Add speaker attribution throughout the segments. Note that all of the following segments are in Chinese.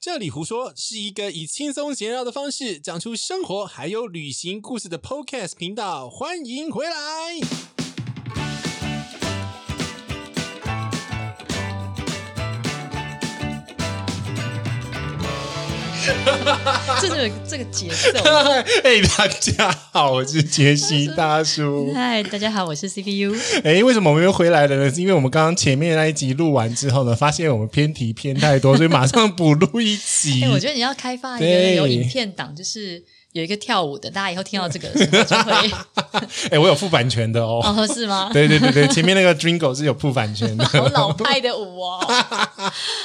Speaker 1: 这里胡说是一个以轻松闲聊的方式讲出生活还有旅行故事的 Podcast 频道，欢迎 回来。
Speaker 2: 这个这个节奏。
Speaker 1: 嘿、哎大家好，我是杰西大 叔。
Speaker 2: 嗨，大家好，我是 CPU。
Speaker 1: 哎，为什么我们又回来了呢？是因为我们刚刚前面那一集录完之后呢，发现我们偏题偏太多，所以马上补录一集。
Speaker 2: 哎、我觉得你要开发一个
Speaker 1: 对
Speaker 2: 有影片档，就是有一个跳舞的，大家以后听到这个的时候就会
Speaker 1: 哎，我有付版权的哦。
Speaker 2: 哦，是吗？
Speaker 1: 对对对对，前面那个 Dringo 是有付版权的。
Speaker 2: 好老派的 舞哦！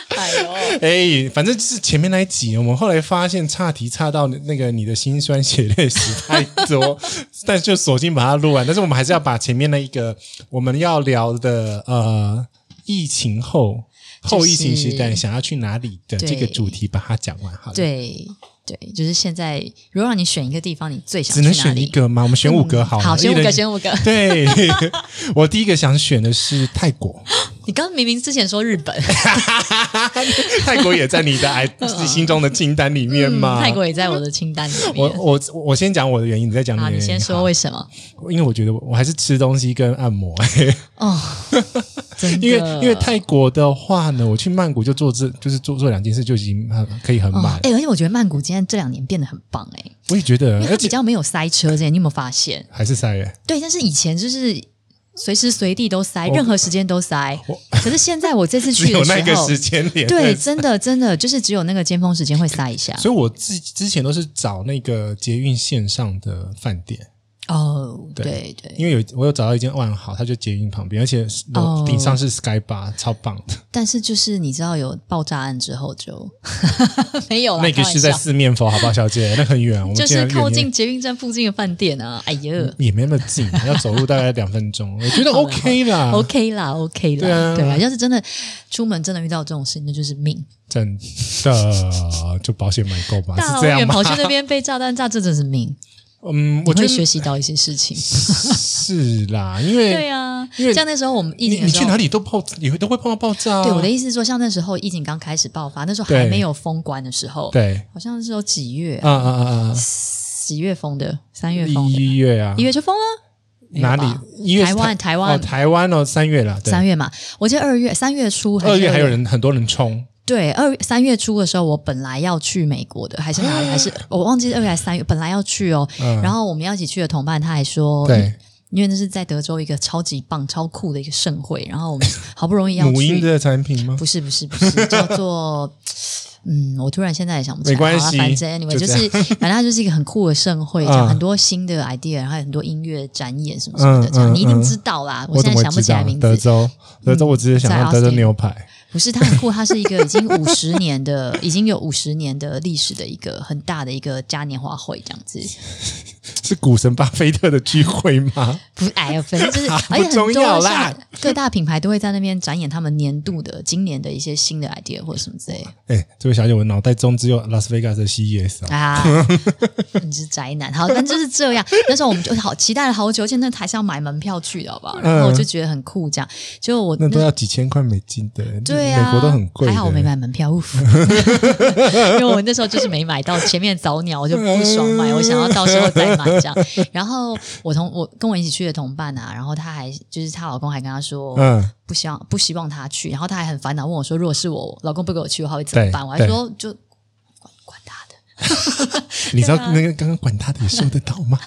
Speaker 2: 哎呦，
Speaker 1: 哎、反正就是前面那一集，我们后来发现岔题岔到那个你的心酸血泪史太多， 但就索性把它录完。但是我们还是要把前面那一个我们要聊的呃，疫情后
Speaker 2: 就是
Speaker 1: 后疫情时代想要去哪里的
Speaker 2: 对
Speaker 1: 这个主题把它讲完好了。，
Speaker 2: 对对，就是现在，如果让你选一个地方，你最想
Speaker 1: 只能选一个吗？我们选五个好了、
Speaker 2: 嗯好，选五
Speaker 1: 一
Speaker 2: 个，
Speaker 1: 人。
Speaker 2: 选五个。
Speaker 1: 对，我第一个想选的是泰国，
Speaker 2: 你刚明明之前说日本，
Speaker 1: 泰国也在你的 哎心中的清单里面吗？
Speaker 2: 嗯泰国也在我的清单里
Speaker 1: 我
Speaker 2: 面。
Speaker 1: 我我先讲我的原因，你再讲你
Speaker 2: 好，
Speaker 1: 的原
Speaker 2: 你
Speaker 1: 因。
Speaker 2: 先说为什么？
Speaker 1: 好，因为我觉得我我还是吃东西跟按摩、
Speaker 2: 哦，真的，
Speaker 1: 因为因为泰国的话呢，我去曼谷就做这就是做做两件事就已经很可以很
Speaker 2: 哦
Speaker 1: 满，了。
Speaker 2: 哎、而且我觉得曼谷今天这两年变得很棒哎、
Speaker 1: 我也觉得
Speaker 2: 因，为它
Speaker 1: 而
Speaker 2: 比
Speaker 1: 且
Speaker 2: 较没有塞车，这些你有没有发现？
Speaker 1: 还是塞耶。
Speaker 2: 对，但是以前就是随时随地都塞，
Speaker 1: 我
Speaker 2: 任何时间都塞。可是现在我这次
Speaker 1: 只
Speaker 2: 去
Speaker 1: 有
Speaker 2: 的时
Speaker 1: 那个
Speaker 2: 候，
Speaker 1: 时间点。
Speaker 2: 对，真的真的就是只有那个尖峰时间会塞 一下。
Speaker 1: 所以我之之前都是找那个捷运线上的饭店，
Speaker 2: 哦，对
Speaker 1: 对
Speaker 2: 对，
Speaker 1: 因为有我有找到一间万豪，它就捷运旁边，而且是
Speaker 2: 哦
Speaker 1: 楼顶上是 Sky Bar，超棒的。
Speaker 2: 但是就是你知道有爆炸案之后就 没有了，
Speaker 1: 那个
Speaker 2: 哦开玩
Speaker 1: 是在
Speaker 2: 笑
Speaker 1: 四面佛，好不好，小姐？那很远，我们
Speaker 2: 就
Speaker 1: 竟
Speaker 2: 是
Speaker 1: 然
Speaker 2: 靠
Speaker 1: 远
Speaker 2: 近捷运站附近的饭店啊。哎呀、
Speaker 1: 也没那么 近，要走路大概两分钟，我觉得
Speaker 2: 好啦
Speaker 1: OK 啦
Speaker 2: o k 啦，OK 啦，
Speaker 1: 对啊
Speaker 2: 对吧？要是真的出门真的遇到这种事情，那就是命。
Speaker 1: 真的就保险买够吧，
Speaker 2: 大
Speaker 1: 啊是
Speaker 2: 老
Speaker 1: 这样
Speaker 2: 远
Speaker 1: 吗？
Speaker 2: 跑去那边被炸弹炸，这真是命。
Speaker 1: 嗯，
Speaker 2: 我
Speaker 1: 我觉得
Speaker 2: 会学习到一些事情。
Speaker 1: 是啦，因为
Speaker 2: 对啊，
Speaker 1: 因为
Speaker 2: 像那时候我们疫
Speaker 1: 你
Speaker 2: 情的
Speaker 1: 你
Speaker 2: 时
Speaker 1: 去
Speaker 2: 候
Speaker 1: 哪，里都爆，你会都会碰到爆炸啊、
Speaker 2: 对我的意思是说，像那时候疫情刚开始爆发，那时候还
Speaker 1: 对
Speaker 2: 没有封关的时候，
Speaker 1: 对，
Speaker 2: 好像是有几月啊、
Speaker 1: 啊啊啊啊啊，
Speaker 2: 几月封的？三月封的，
Speaker 1: 一月啊
Speaker 2: 一，月就封了。没有
Speaker 1: 哪里
Speaker 2: 吧？
Speaker 1: 一月是
Speaker 2: 台湾台湾
Speaker 1: 哦，台湾哦，三月啦，对
Speaker 2: 三月嘛，我记得二月、三月初还是
Speaker 1: 二月还有人很多人冲，
Speaker 2: 对二三月初的时候，我本来要去美国的，还是哪里？还 是我忘记是二月还是三月，本来要去哦。
Speaker 1: 嗯
Speaker 2: 然后我们要一起去的同伴他还说，
Speaker 1: 对，
Speaker 2: 因为那是在德州一个超级棒、超酷的一个盛会，然后我们 好不容易要去。
Speaker 1: 母婴的产品吗？
Speaker 2: 不是不是不是，叫做 嗯，我突然现在也想不起来，
Speaker 1: 没关系
Speaker 2: 好啦反正 anyway
Speaker 1: 就
Speaker 2: 就
Speaker 1: 这样
Speaker 2: 是，反正它就是一个很酷的 盛会，这样
Speaker 1: 嗯
Speaker 2: 很多新的 idea，然后很多音乐展演什么什么的，
Speaker 1: 嗯
Speaker 2: 这
Speaker 1: 嗯
Speaker 2: 样你一定
Speaker 1: 嗯
Speaker 2: 知道啦。我
Speaker 1: 我
Speaker 2: 现
Speaker 1: 怎么
Speaker 2: 在想不
Speaker 1: 知
Speaker 2: 起来
Speaker 1: 道？
Speaker 2: 名
Speaker 1: 德
Speaker 2: 字，嗯
Speaker 1: 州，德州，我只是想
Speaker 2: 在
Speaker 1: 到德州
Speaker 2: Austin
Speaker 1: 牛排，
Speaker 2: 不是它很酷，它是一个已经五十年的， 已经有五十年的历史的一个很大的一个嘉年华会这样子。
Speaker 1: 是股神巴菲特的聚会吗？
Speaker 2: 不，哎呀，反 正就是，而且很
Speaker 1: 重
Speaker 2: 多
Speaker 1: 要
Speaker 2: 像
Speaker 1: 啦
Speaker 2: 各大品牌都会在那边展演他们年度的、今年的一些新的 idea 或者什么之类的。
Speaker 1: 哎、这位小姐，我脑袋中只有拉斯维加斯的 CES 啊。
Speaker 2: 啊，你是宅男。好，但就是这样。那时候我们就好期待了好久，而且那台是要买门票去的，好不好？然后我就觉得很酷，这样。结果我
Speaker 1: 那都要几千块美金的，
Speaker 2: 嗯对呀、
Speaker 1: 美国都很贵的。欸
Speaker 2: 还好我没买门票，呜呼 因为我那时候就是没买到前面早鸟，我就不爽买，我想要到时候再买这样。然后我同我跟我一起去的同伴啊，然后她还就是她老公还跟她说，
Speaker 1: 嗯，
Speaker 2: 不希望不希望她去，然后她还很烦恼问我说，如果是我老公不给我去的话会怎么办？
Speaker 1: 对
Speaker 2: 我还说就管管他的。
Speaker 1: 你知道
Speaker 2: 啊
Speaker 1: 那个刚刚管他的也收得到吗？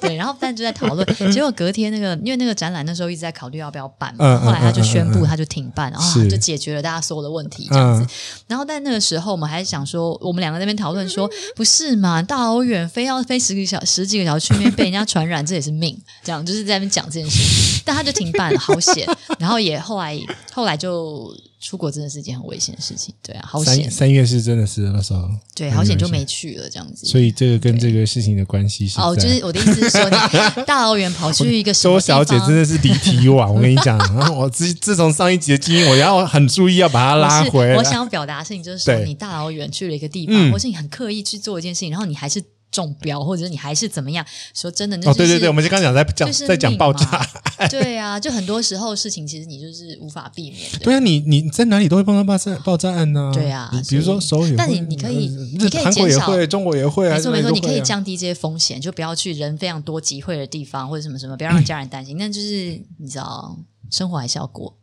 Speaker 2: 对，然后但就在讨 论，结果隔天那个，因为那个展览那时候一直在考虑要不要办嘛，
Speaker 1: 嗯嗯
Speaker 2: 后来他就宣
Speaker 1: 嗯
Speaker 2: 布他就停办，然后
Speaker 1: 是
Speaker 2: 就解决了大家所有的问题这样子。
Speaker 1: 嗯，
Speaker 2: 然后但那个时候我们还想说，我们两个在那边讨论说，不是嘛，大老远非要飞十个小十几个小时去那边被人家传染，这也是命，这样就是在那边讲这件事情。但他就停办了，好险。然后也后来后来就出国真的是一件很危险的事情，对 啊，好
Speaker 1: 三
Speaker 2: 险，
Speaker 1: 三月是真的是那时候，
Speaker 2: 对，
Speaker 1: 很
Speaker 2: 好险就
Speaker 1: 危险
Speaker 2: 没去了这样子。
Speaker 1: 所以这个跟这个事情的关系是
Speaker 2: 哦，
Speaker 1: 在
Speaker 2: 就是我的意思是 说，你大老远跑去一个什么
Speaker 1: 周小姐
Speaker 2: 地方
Speaker 1: 真的是离题网， 我跟你讲，然后我自自从上一集的经验，我要很注意要把它拉
Speaker 2: 不是
Speaker 1: 回来。
Speaker 2: 我想要表达的事情就是说，
Speaker 1: 对
Speaker 2: 你大老远去了一个地方，
Speaker 1: 嗯
Speaker 2: 或是你很刻意去做一件事情，然后你还是中标，或者是你还是怎么样。说真的，那、就
Speaker 1: 哦，
Speaker 2: 是
Speaker 1: 对对对，我们就刚讲在讲
Speaker 2: 就是
Speaker 1: 在讲
Speaker 2: 命
Speaker 1: 爆
Speaker 2: 嘛
Speaker 1: 炸，
Speaker 2: 对啊，就很多时候事情其实你就是无法避免的。
Speaker 1: 对啊，你你在哪里都会碰到爆炸爆炸案呢、
Speaker 2: 对啊
Speaker 1: 你比如说首
Speaker 2: 所以
Speaker 1: 尔也会，
Speaker 2: 但你你可以
Speaker 1: 呃
Speaker 2: 你
Speaker 1: 日
Speaker 2: 可以
Speaker 1: 韩国
Speaker 2: 减
Speaker 1: 也
Speaker 2: 少
Speaker 1: 会，中国也会啊，
Speaker 2: 没错没
Speaker 1: 哪
Speaker 2: 错，
Speaker 1: 里
Speaker 2: 你
Speaker 1: 都
Speaker 2: 可
Speaker 1: 会
Speaker 2: 以
Speaker 1: 啊
Speaker 2: 降低这些风险，就不要去人非常多集会的地方，或者什么什么，不要让家人担心。那就是你知道，生活还是要过。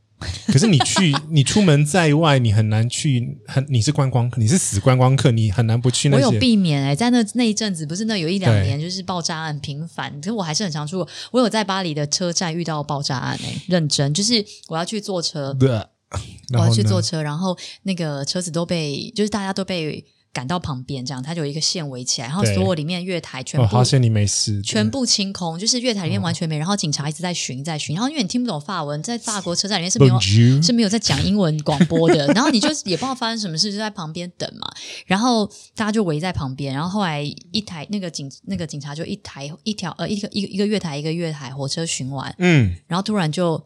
Speaker 1: 可是你去， 你出门在外，你很难去，很你是观光客，你是死观光客，你很难不去那
Speaker 2: 我
Speaker 1: 些。
Speaker 2: 有避免哎、在那那一阵子，不是那有一两
Speaker 1: 对
Speaker 2: 年就是爆炸案频繁，可是我还是很常出国。我有在巴黎的车站遇到爆炸案哎、认真就是我要去坐车，
Speaker 1: 的，
Speaker 2: 我
Speaker 1: 然
Speaker 2: 要
Speaker 1: 后
Speaker 2: 去
Speaker 1: 呢
Speaker 2: 坐车，然后那个车子都被就是大家都被赶到旁边，这样它就有一个线围起来，然后
Speaker 1: 对
Speaker 2: 所有里面月台全
Speaker 1: 哦，
Speaker 2: 部
Speaker 1: 好险你哦没事。
Speaker 2: 全部清空，就是月台里面完全没人，然后警察一直在巡，在巡，然后因为你听不懂法文，在法国车站里面是没有
Speaker 1: Bonjour
Speaker 2: 是没有在讲英文广播的，然后你就也不知道发生什么事，就在旁边等嘛，然后大家就围在旁边，然后后来一台那个警那个警察就一台一条呃一个一个一个月台一个月台火车巡完，
Speaker 1: 嗯，
Speaker 2: 然后突然就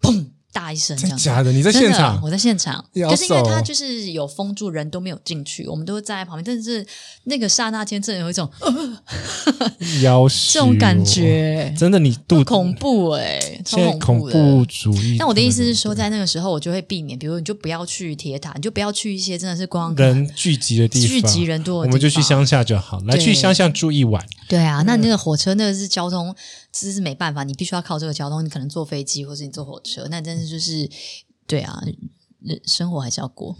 Speaker 1: 砰，
Speaker 2: 大一声这
Speaker 1: 真
Speaker 2: 样子。
Speaker 1: 假的？你在
Speaker 2: 真
Speaker 1: 现
Speaker 2: 的，
Speaker 1: 场？
Speaker 2: 我在现场，
Speaker 1: 摇
Speaker 2: 就是因为
Speaker 1: 手
Speaker 2: 他就是有封住，人都没有进去，我们都站在旁边，但是那个刹那间，真的有一种、 呃
Speaker 1: 要
Speaker 2: 这种感，觉，
Speaker 1: 真的，你肚
Speaker 2: 恐怖哎、超
Speaker 1: 哦现在恐
Speaker 2: 怖的
Speaker 1: 怖。主义。
Speaker 2: 但我的意思是说，在那个时候，我就会避免，比如你就不要去铁塔，你就不要去一些真的是观光客
Speaker 1: 人聚集的地方，
Speaker 2: 聚集人多的
Speaker 1: 我们就去
Speaker 2: 地方
Speaker 1: 乡下就好，来
Speaker 2: 对
Speaker 1: 去乡下住一晚。
Speaker 2: 对啊，
Speaker 1: 嗯
Speaker 2: 那那个火车那个是交通，这是没办法，你必须要靠这个交通。你可能坐飞机，或是你坐火车，那真是就是对啊，人生活还是要过。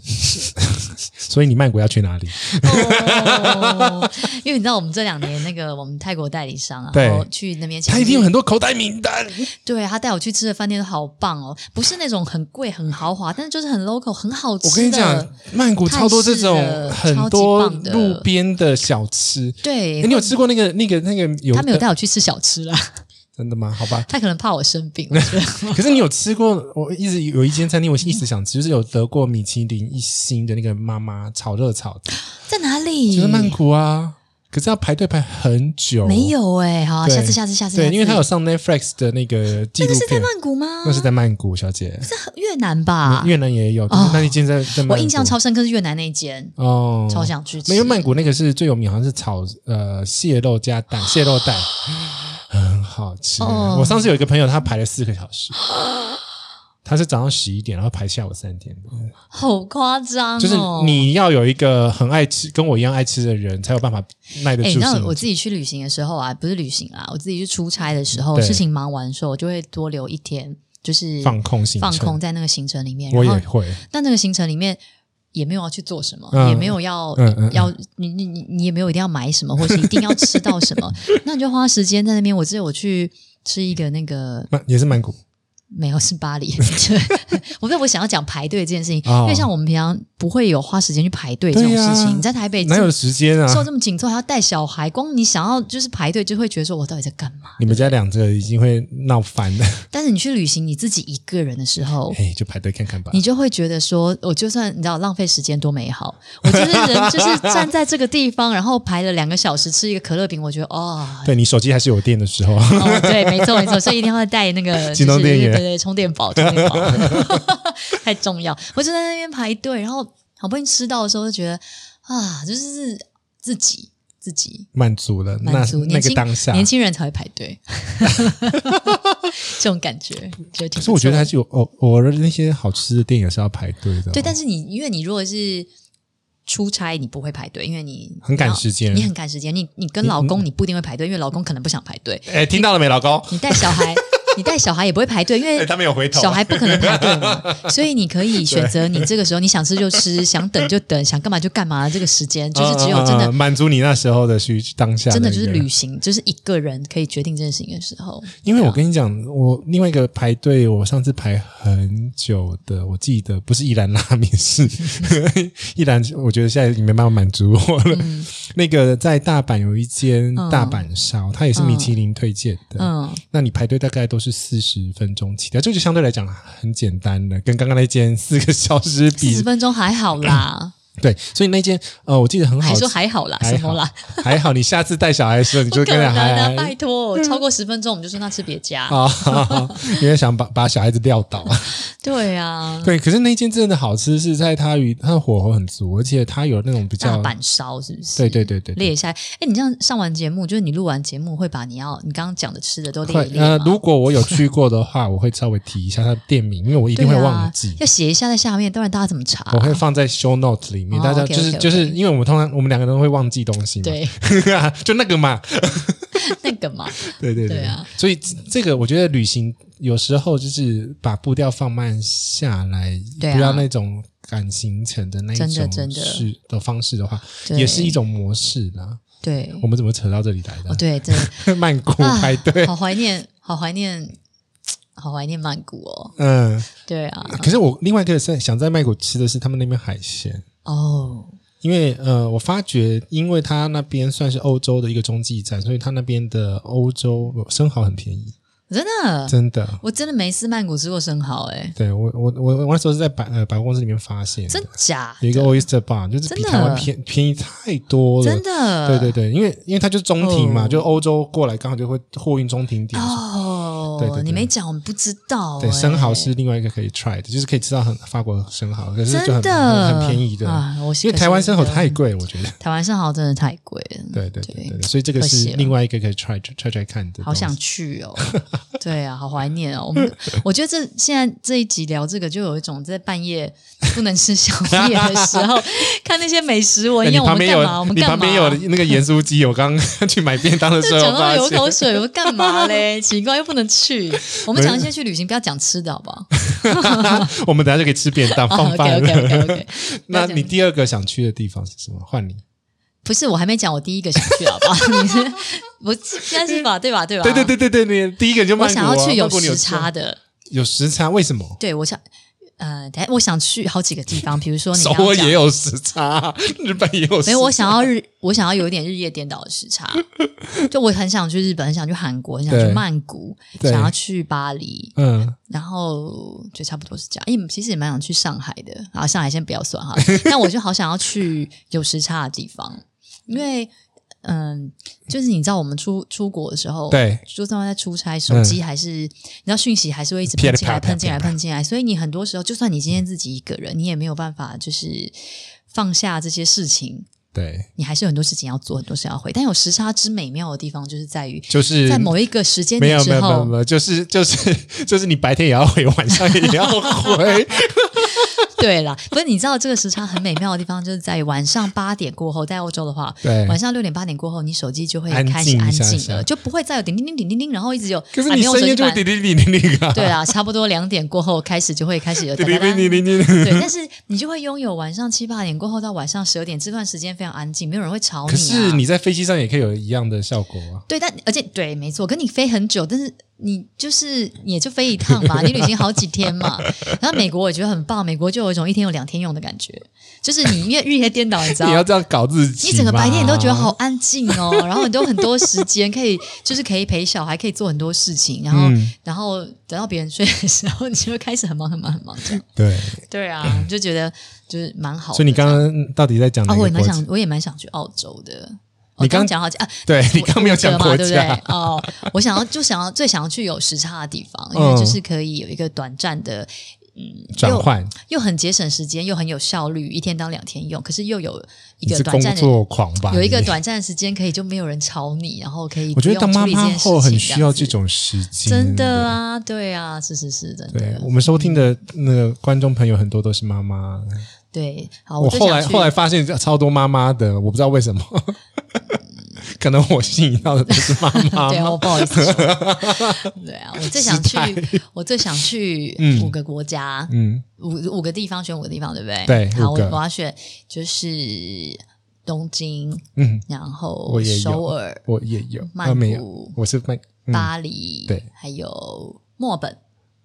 Speaker 1: 所以你曼谷要去哪里？
Speaker 2: 哦， 因为你知道我们这两年那个我们泰国代理商啊，
Speaker 1: 对
Speaker 2: 然后去那边其实
Speaker 1: 他一定有很多口袋名单。
Speaker 2: 对啊他带我去吃的饭店都好棒哦，不是那种很贵很豪华，但是就是很 local 很好吃。
Speaker 1: 我跟你讲，，曼谷超多这
Speaker 2: 泰式
Speaker 1: 种
Speaker 2: 的
Speaker 1: 很多
Speaker 2: 超级棒的
Speaker 1: 路边的小吃。
Speaker 2: 对
Speaker 1: 诶，你有吃过那个那个那个有
Speaker 2: 他没有带我去吃小吃啦，，
Speaker 1: 真的吗？好吧
Speaker 2: 他可能怕我生病。我觉得
Speaker 1: 可是你有吃过？我一直有一间餐厅，我一直想吃，就是有得过米其林一星的那个妈妈炒热炒的，
Speaker 2: 在哪里？
Speaker 1: 就是曼谷啊。可是要排队排很久，
Speaker 2: 没有哎、好、啊，
Speaker 1: 对
Speaker 2: 下次下次下次。
Speaker 1: 对，
Speaker 2: 下次
Speaker 1: 因为它有上 Netflix 的那个纪
Speaker 2: 那
Speaker 1: 录
Speaker 2: 个是在
Speaker 1: 片，
Speaker 2: 曼谷吗？
Speaker 1: 那是在曼谷，小姐，
Speaker 2: 在越南吧？
Speaker 1: 越南也有，
Speaker 2: 哦
Speaker 1: 那一间在在曼谷，
Speaker 2: 我印象超深刻是越南那一间，
Speaker 1: 哦，
Speaker 2: 超想去吃。
Speaker 1: 没有曼谷那个是最有名，好像是炒呃蟹肉加蛋，蟹肉蛋很好吃。
Speaker 2: 啊哦
Speaker 1: 我上次有一个朋友，他排了四个小时，他是早上十一点，然后排下午三点，
Speaker 2: 哦好夸张、哦，
Speaker 1: 就是你要有一个很爱吃，跟我一样爱吃的人，才有办法耐得
Speaker 2: 哎、你
Speaker 1: 住性
Speaker 2: 知道
Speaker 1: 子。
Speaker 2: 我自己去旅行的时候啊，不是旅行啦，我自己去出差的时候，
Speaker 1: 对
Speaker 2: 事情忙完的时候，我就会多留一天，就是
Speaker 1: 放空行程
Speaker 2: 放空在那个行程里面。
Speaker 1: 我
Speaker 2: 然后
Speaker 1: 也，会，
Speaker 2: 但那个行程里面也没有要去做什么，
Speaker 1: 嗯
Speaker 2: 也没有要、
Speaker 1: 嗯嗯嗯
Speaker 2: 要你你你你也没有一定要买什么，或是一定要吃到 什么，那你就花时间在那边。我记得我去吃一个那个
Speaker 1: 曼也是曼谷，
Speaker 2: 没有，是巴黎。对，我不我想要讲排队这件事情，
Speaker 1: 哦
Speaker 2: 因为像我们平常不会有花时间去排队这种
Speaker 1: 对呀
Speaker 2: 事情。你在台北
Speaker 1: 哪有时间
Speaker 2: 受
Speaker 1: 啊？
Speaker 2: 这么紧凑，还要带小孩，光你想要就是排队，就会觉得说我到底在干嘛？
Speaker 1: 你们家两个已经会闹翻了，
Speaker 2: 但是你去旅行，你自己一个人的时候。
Speaker 1: 哎，就排队看看吧
Speaker 2: 你。就会觉得说，我就算你知道浪费时间多美好，我就是人就是站在这个地方，然后排了两个小时吃一个可乐饼，我觉得哦，
Speaker 1: 对你手机还是有电的时候，啊
Speaker 2: 哦，对，没错没错，所以一定要带 那个
Speaker 1: 行动电源
Speaker 2: 就是对对，充电宝，充电宝 太重要。我就在那边排队，然后好不容易吃到的时候，就觉得啊，就是自己自己
Speaker 1: 满足了，那
Speaker 2: 满足，
Speaker 1: 那
Speaker 2: 年
Speaker 1: 个
Speaker 2: 轻
Speaker 1: 当下，
Speaker 2: 年轻人才会排队， 这种感觉就挺不错的。
Speaker 1: 可是我觉得还是有偶偶尔那些好吃的店也是要排队的哦、
Speaker 2: 对，但是你因为你如果是。出差你不会排队，因为你
Speaker 1: 很赶时间
Speaker 2: 你很赶时间。你你跟老公你不一定会排队，因为老公可能不想排队。
Speaker 1: 哎，听到了没，老公？
Speaker 2: 你带小孩，你带小孩也不会排队，因为
Speaker 1: 哎，他没有回头。
Speaker 2: 小孩不可能排队嘛，所以你可以选择你这个时候你想吃就吃，想等就等，想干嘛就干嘛。这个时间就是只有
Speaker 1: 嗯嗯
Speaker 2: 真
Speaker 1: 嗯
Speaker 2: 的
Speaker 1: 嗯满足你那时候的需当下
Speaker 2: 真的
Speaker 1: 的
Speaker 2: 就是
Speaker 1: 一个
Speaker 2: 旅行，就是一个人可以决定这件事情的时候。
Speaker 1: 因为我跟你讲，我另外一个排队，我上次排很久的，我记得不是一兰拉面， 是一兰，我觉得现在你没办法满足我了。那个在大阪有一间
Speaker 2: 嗯
Speaker 1: 大阪烧，它也是米其林推荐的。
Speaker 2: 嗯，
Speaker 1: 那你排队大概都是四十分钟起跳，这就相对来讲很简单了，跟刚刚那间四个小时
Speaker 2: 四
Speaker 1: 比
Speaker 2: 十分钟还好啦，
Speaker 1: 对，所以那间呃，我记得很好
Speaker 2: 还
Speaker 1: 吃，
Speaker 2: 说还好啦，
Speaker 1: 还好
Speaker 2: 什么啦？
Speaker 1: 还好，你下次带小孩的时候，你
Speaker 2: 不
Speaker 1: 就
Speaker 2: 可
Speaker 1: 跟
Speaker 2: 能
Speaker 1: 着孩
Speaker 2: 啊！ 拜
Speaker 1: 孩
Speaker 2: 托，超过十分钟我们就说那吃别家。
Speaker 1: 啊，因为想把把小孩子撂倒。
Speaker 2: 对啊，
Speaker 1: 对，可是那间真的好吃，是在它与它的火候很足，而且它有那种比
Speaker 2: 大
Speaker 1: 较
Speaker 2: 阪烧是不是？
Speaker 1: 对对对对对
Speaker 2: 列一下。哎，你这样上完节目，就是你录完节目会把你要你刚刚讲的吃的都列
Speaker 1: 快
Speaker 2: 一列
Speaker 1: 呃，
Speaker 2: 吗
Speaker 1: 如果我有去过的话，我会稍微提一下它的店名，因为我一定会
Speaker 2: 对啊
Speaker 1: 忘记。
Speaker 2: 要写一下在下面，不然大家怎么查？
Speaker 1: 我会放在 show note 里面，
Speaker 2: 哦
Speaker 1: 大家
Speaker 2: OK，OK，
Speaker 1: 就是
Speaker 2: OK
Speaker 1: 就是，因为我们通常我们两个人会忘记东西嘛，
Speaker 2: 对
Speaker 1: 就那个嘛，
Speaker 2: 那个嘛，
Speaker 1: 对对
Speaker 2: 对啊
Speaker 1: 所以这这个我觉得旅行有时候就是把步调放慢下来，
Speaker 2: 对啊
Speaker 1: 不要那种赶行程的那一种
Speaker 2: 真的真的
Speaker 1: 是的方式的话，
Speaker 2: 对
Speaker 1: 也是一种模式啦。
Speaker 2: 对
Speaker 1: 我们怎么扯到这里来的？
Speaker 2: 哦对 对，
Speaker 1: 曼谷
Speaker 2: 啊
Speaker 1: 排队，
Speaker 2: 好怀念，好怀念，好怀念曼谷哦。
Speaker 1: 嗯，
Speaker 2: 对啊，
Speaker 1: 可是我另外一个是想在曼谷吃的是他们那边海鲜。
Speaker 2: 哦，
Speaker 1: 因为呃，我发觉，因为它那边算是欧洲的一个中继站，所以它那边的欧洲生蚝很便宜，
Speaker 2: 真的，
Speaker 1: 真的。
Speaker 2: 我真的没吃曼谷吃过生蚝，哎，
Speaker 1: 对我，我我我那时候是在百呃百货公司里面发现的，
Speaker 2: 真假？
Speaker 1: 有一个 oyster bar，就是比
Speaker 2: 真的
Speaker 1: 台湾便便宜太多了。
Speaker 2: 真的，
Speaker 1: 对对对，因为因为它就是中庭嘛，
Speaker 2: 哦
Speaker 1: 就欧洲过来刚好就会货运中庭点。
Speaker 2: 哦，
Speaker 1: 对对对
Speaker 2: 你没讲，我们不知道、
Speaker 1: 对，
Speaker 2: 哎
Speaker 1: 生蚝是另外一个可以 try 的，就是可以吃到很法国生蚝，可是就
Speaker 2: 真
Speaker 1: 很
Speaker 2: 的
Speaker 1: 很很便宜的。
Speaker 2: 啊！我
Speaker 1: 因为台湾生蚝
Speaker 2: 可是
Speaker 1: 太贵，我觉得。
Speaker 2: 台湾生蚝真的太贵了，
Speaker 1: 对对对
Speaker 2: 对
Speaker 1: 嗯对对，所以这个
Speaker 2: 可
Speaker 1: 是
Speaker 2: 惜了
Speaker 1: 另外一个可以 try try try 看的东西。
Speaker 2: 好想去哦。 对啊，好怀念哦。我 们我觉得这现在这一集聊这个，就有一种在半夜不能吃宵夜的时 候看那些美食
Speaker 1: 哎
Speaker 2: 文，
Speaker 1: 你
Speaker 2: 要我
Speaker 1: 旁
Speaker 2: 们
Speaker 1: 边
Speaker 2: 干嘛？
Speaker 1: 有
Speaker 2: 我们
Speaker 1: 你
Speaker 2: 干
Speaker 1: 旁
Speaker 2: 嘛？
Speaker 1: 边有那个盐酥鸡，我刚刚去买便当的时
Speaker 2: 就
Speaker 1: 候
Speaker 2: 讲
Speaker 1: 发
Speaker 2: 到流
Speaker 1: 现，
Speaker 2: 口水，我干嘛 嘞？奇怪，又不能去。我们讲一些去旅行，不要讲吃的好不好？
Speaker 1: 我们等下就可以吃便 当，
Speaker 2: 啊
Speaker 1: 放饭
Speaker 2: OK OK OK
Speaker 1: 哦了。
Speaker 2: OK。
Speaker 1: 那你第二个想去的地方是什么？换你。
Speaker 2: 不是，我还没讲我第一个想去，好不 好？你是我现在是吧？对吧？对 吧？
Speaker 1: 对对对对对，你第一个就
Speaker 2: 我
Speaker 1: 曼谷、
Speaker 2: 想
Speaker 1: 啊。
Speaker 2: 要去有
Speaker 1: 曼谷你
Speaker 2: 时
Speaker 1: 去
Speaker 2: 差的，
Speaker 1: 有时差，为什么？
Speaker 2: 对我想，呃，等下我想去好几个地方，比如说你
Speaker 1: 首
Speaker 2: 刚 刚
Speaker 1: 尔
Speaker 2: 讲
Speaker 1: 也，有时差， 日本也有时差。
Speaker 2: 没有，我想要日，我想要有一点日夜颠倒的时差， 就我很想去日本，很想去韩国，很想
Speaker 1: 对
Speaker 2: 去曼谷，
Speaker 1: 对
Speaker 2: 想要去巴黎，
Speaker 1: 嗯，
Speaker 2: 然后就差不多是这样。因为其实也蛮想去上海的，啊，上海先不要算哈， 但我就好想要去有时差的地方，因为。嗯，就是你知道我们出出国的时候，
Speaker 1: 对嗯
Speaker 2: 就算在出差，手机还是、你知道讯息还是会一直
Speaker 1: 噼
Speaker 2: 喷
Speaker 1: 里
Speaker 2: 进来、
Speaker 1: 啪啦
Speaker 2: 喷进
Speaker 1: 噼
Speaker 2: 来、
Speaker 1: 里啪啦
Speaker 2: 喷进来，所以你很多时候，就算你今天自己一个人，你也没有办法就是放下这些事情，
Speaker 1: 对，
Speaker 2: 你还是有很多事情要做，很多事情要回。但有时差之美妙的地方，就是在于
Speaker 1: 就是
Speaker 2: 在某一个时间
Speaker 1: 没
Speaker 2: 点
Speaker 1: 有没
Speaker 2: 之
Speaker 1: 有没有
Speaker 2: 后
Speaker 1: 没，有，就是就是就是你白天也要回，晚上也要回。
Speaker 2: 对啦，不是你知道这个时差很美妙的地方，就是在于晚上八点过后，在欧洲的话，
Speaker 1: 对
Speaker 2: 晚上六点八点过后，你手机就会
Speaker 1: 安静
Speaker 2: 开始
Speaker 1: 一
Speaker 2: 安
Speaker 1: 下
Speaker 2: 静
Speaker 1: 下
Speaker 2: 了，就不会再有叮叮叮叮叮叮，然后一直有。
Speaker 1: 可是
Speaker 2: 啊
Speaker 1: 你
Speaker 2: 没有
Speaker 1: 声
Speaker 2: 手
Speaker 1: 音
Speaker 2: 机
Speaker 1: 就会
Speaker 2: 版
Speaker 1: 滴滴滴滴滴 啊，
Speaker 2: 对啦，差不多两点过后开始就会开始有
Speaker 1: 滴
Speaker 2: 哒
Speaker 1: 滴
Speaker 2: 哒哒。
Speaker 1: 滴滴滴滴。
Speaker 2: 对，但是你就会拥有晚上七八点过后到晚上十二点这段时间非常安静，没有人会吵你、啊。
Speaker 1: 可是你在飞机上也可以有一样的效果啊。
Speaker 2: 对，但而且对，没错，跟你飞很久，但是你就是也就飞一趟 嘛，你旅行好几天嘛。然后美国我觉得很棒，美国就有一种一天有两天用的感觉，就是你越日夜颠倒，你知 道
Speaker 1: 你要。这样搞自己，
Speaker 2: 你整个白天你都觉得好。安静 哦，然后你都有很多时间可以，就是可以陪小孩，可以做很多事情，然后、
Speaker 1: 嗯
Speaker 2: 然后等到别人睡的时候，你就开始很忙很忙很忙这样。
Speaker 1: 对，
Speaker 2: 对啊，就觉得就是蛮好的。
Speaker 1: 所以你刚刚到底在讲哪
Speaker 2: 啊，
Speaker 1: 个国
Speaker 2: 我也蛮想
Speaker 1: 家？，
Speaker 2: 我也蛮想去澳洲的。
Speaker 1: 你
Speaker 2: 我
Speaker 1: 刚
Speaker 2: 刚讲好几啊，
Speaker 1: 对你
Speaker 2: 我
Speaker 1: 刚没有 讲
Speaker 2: 五个
Speaker 1: 国
Speaker 2: 嘛，对不对
Speaker 1: 家，？
Speaker 2: 哦，我想要就想要最想要去有时差的地方，因为
Speaker 1: 嗯
Speaker 2: 就是可以有一个短暂的，嗯，
Speaker 1: 转换，
Speaker 2: 又又很节省时间，又很有效率，一天当两天用，可是又有一
Speaker 1: 你
Speaker 2: 个
Speaker 1: 是
Speaker 2: 短
Speaker 1: 工
Speaker 2: 暂的。
Speaker 1: 作狂吧？
Speaker 2: 有一个
Speaker 1: 你
Speaker 2: 短暂的时间可以就没有人吵你，然后可以
Speaker 1: 我觉得
Speaker 2: 不用
Speaker 1: 当妈
Speaker 2: 处理这
Speaker 1: 妈
Speaker 2: 件事
Speaker 1: 后很
Speaker 2: 情
Speaker 1: 需要这
Speaker 2: 这样子
Speaker 1: 种时间，
Speaker 2: 真的。嗯啊，对啊，是是是，真
Speaker 1: 对
Speaker 2: 的，
Speaker 1: 我们收听的那个观众朋友很多都是妈妈，
Speaker 2: 对。好，
Speaker 1: 我
Speaker 2: 就
Speaker 1: 后
Speaker 2: 哦想
Speaker 1: 来
Speaker 2: 去
Speaker 1: 后来发现超多妈妈的，我不知道为什么， 可能我吸引到的都是妈妈
Speaker 2: 对啊，
Speaker 1: 嘛。
Speaker 2: 我不好意思说。对啊，我最想
Speaker 1: 失态
Speaker 2: 去， 我最想去
Speaker 1: 嗯
Speaker 2: 五个国家，
Speaker 1: 嗯，
Speaker 2: 五五个地方选五个地方，对不对？
Speaker 1: 对
Speaker 2: 好，
Speaker 1: 五
Speaker 2: 我
Speaker 1: 个
Speaker 2: 我要选就是东京，
Speaker 1: 嗯，
Speaker 2: 然后
Speaker 1: 我也有
Speaker 2: 首尔、
Speaker 1: 我也有，
Speaker 2: 曼
Speaker 1: 啊没有
Speaker 2: 谷，
Speaker 1: 我是曼嗯
Speaker 2: 巴黎，
Speaker 1: 对，
Speaker 2: 还有墨本。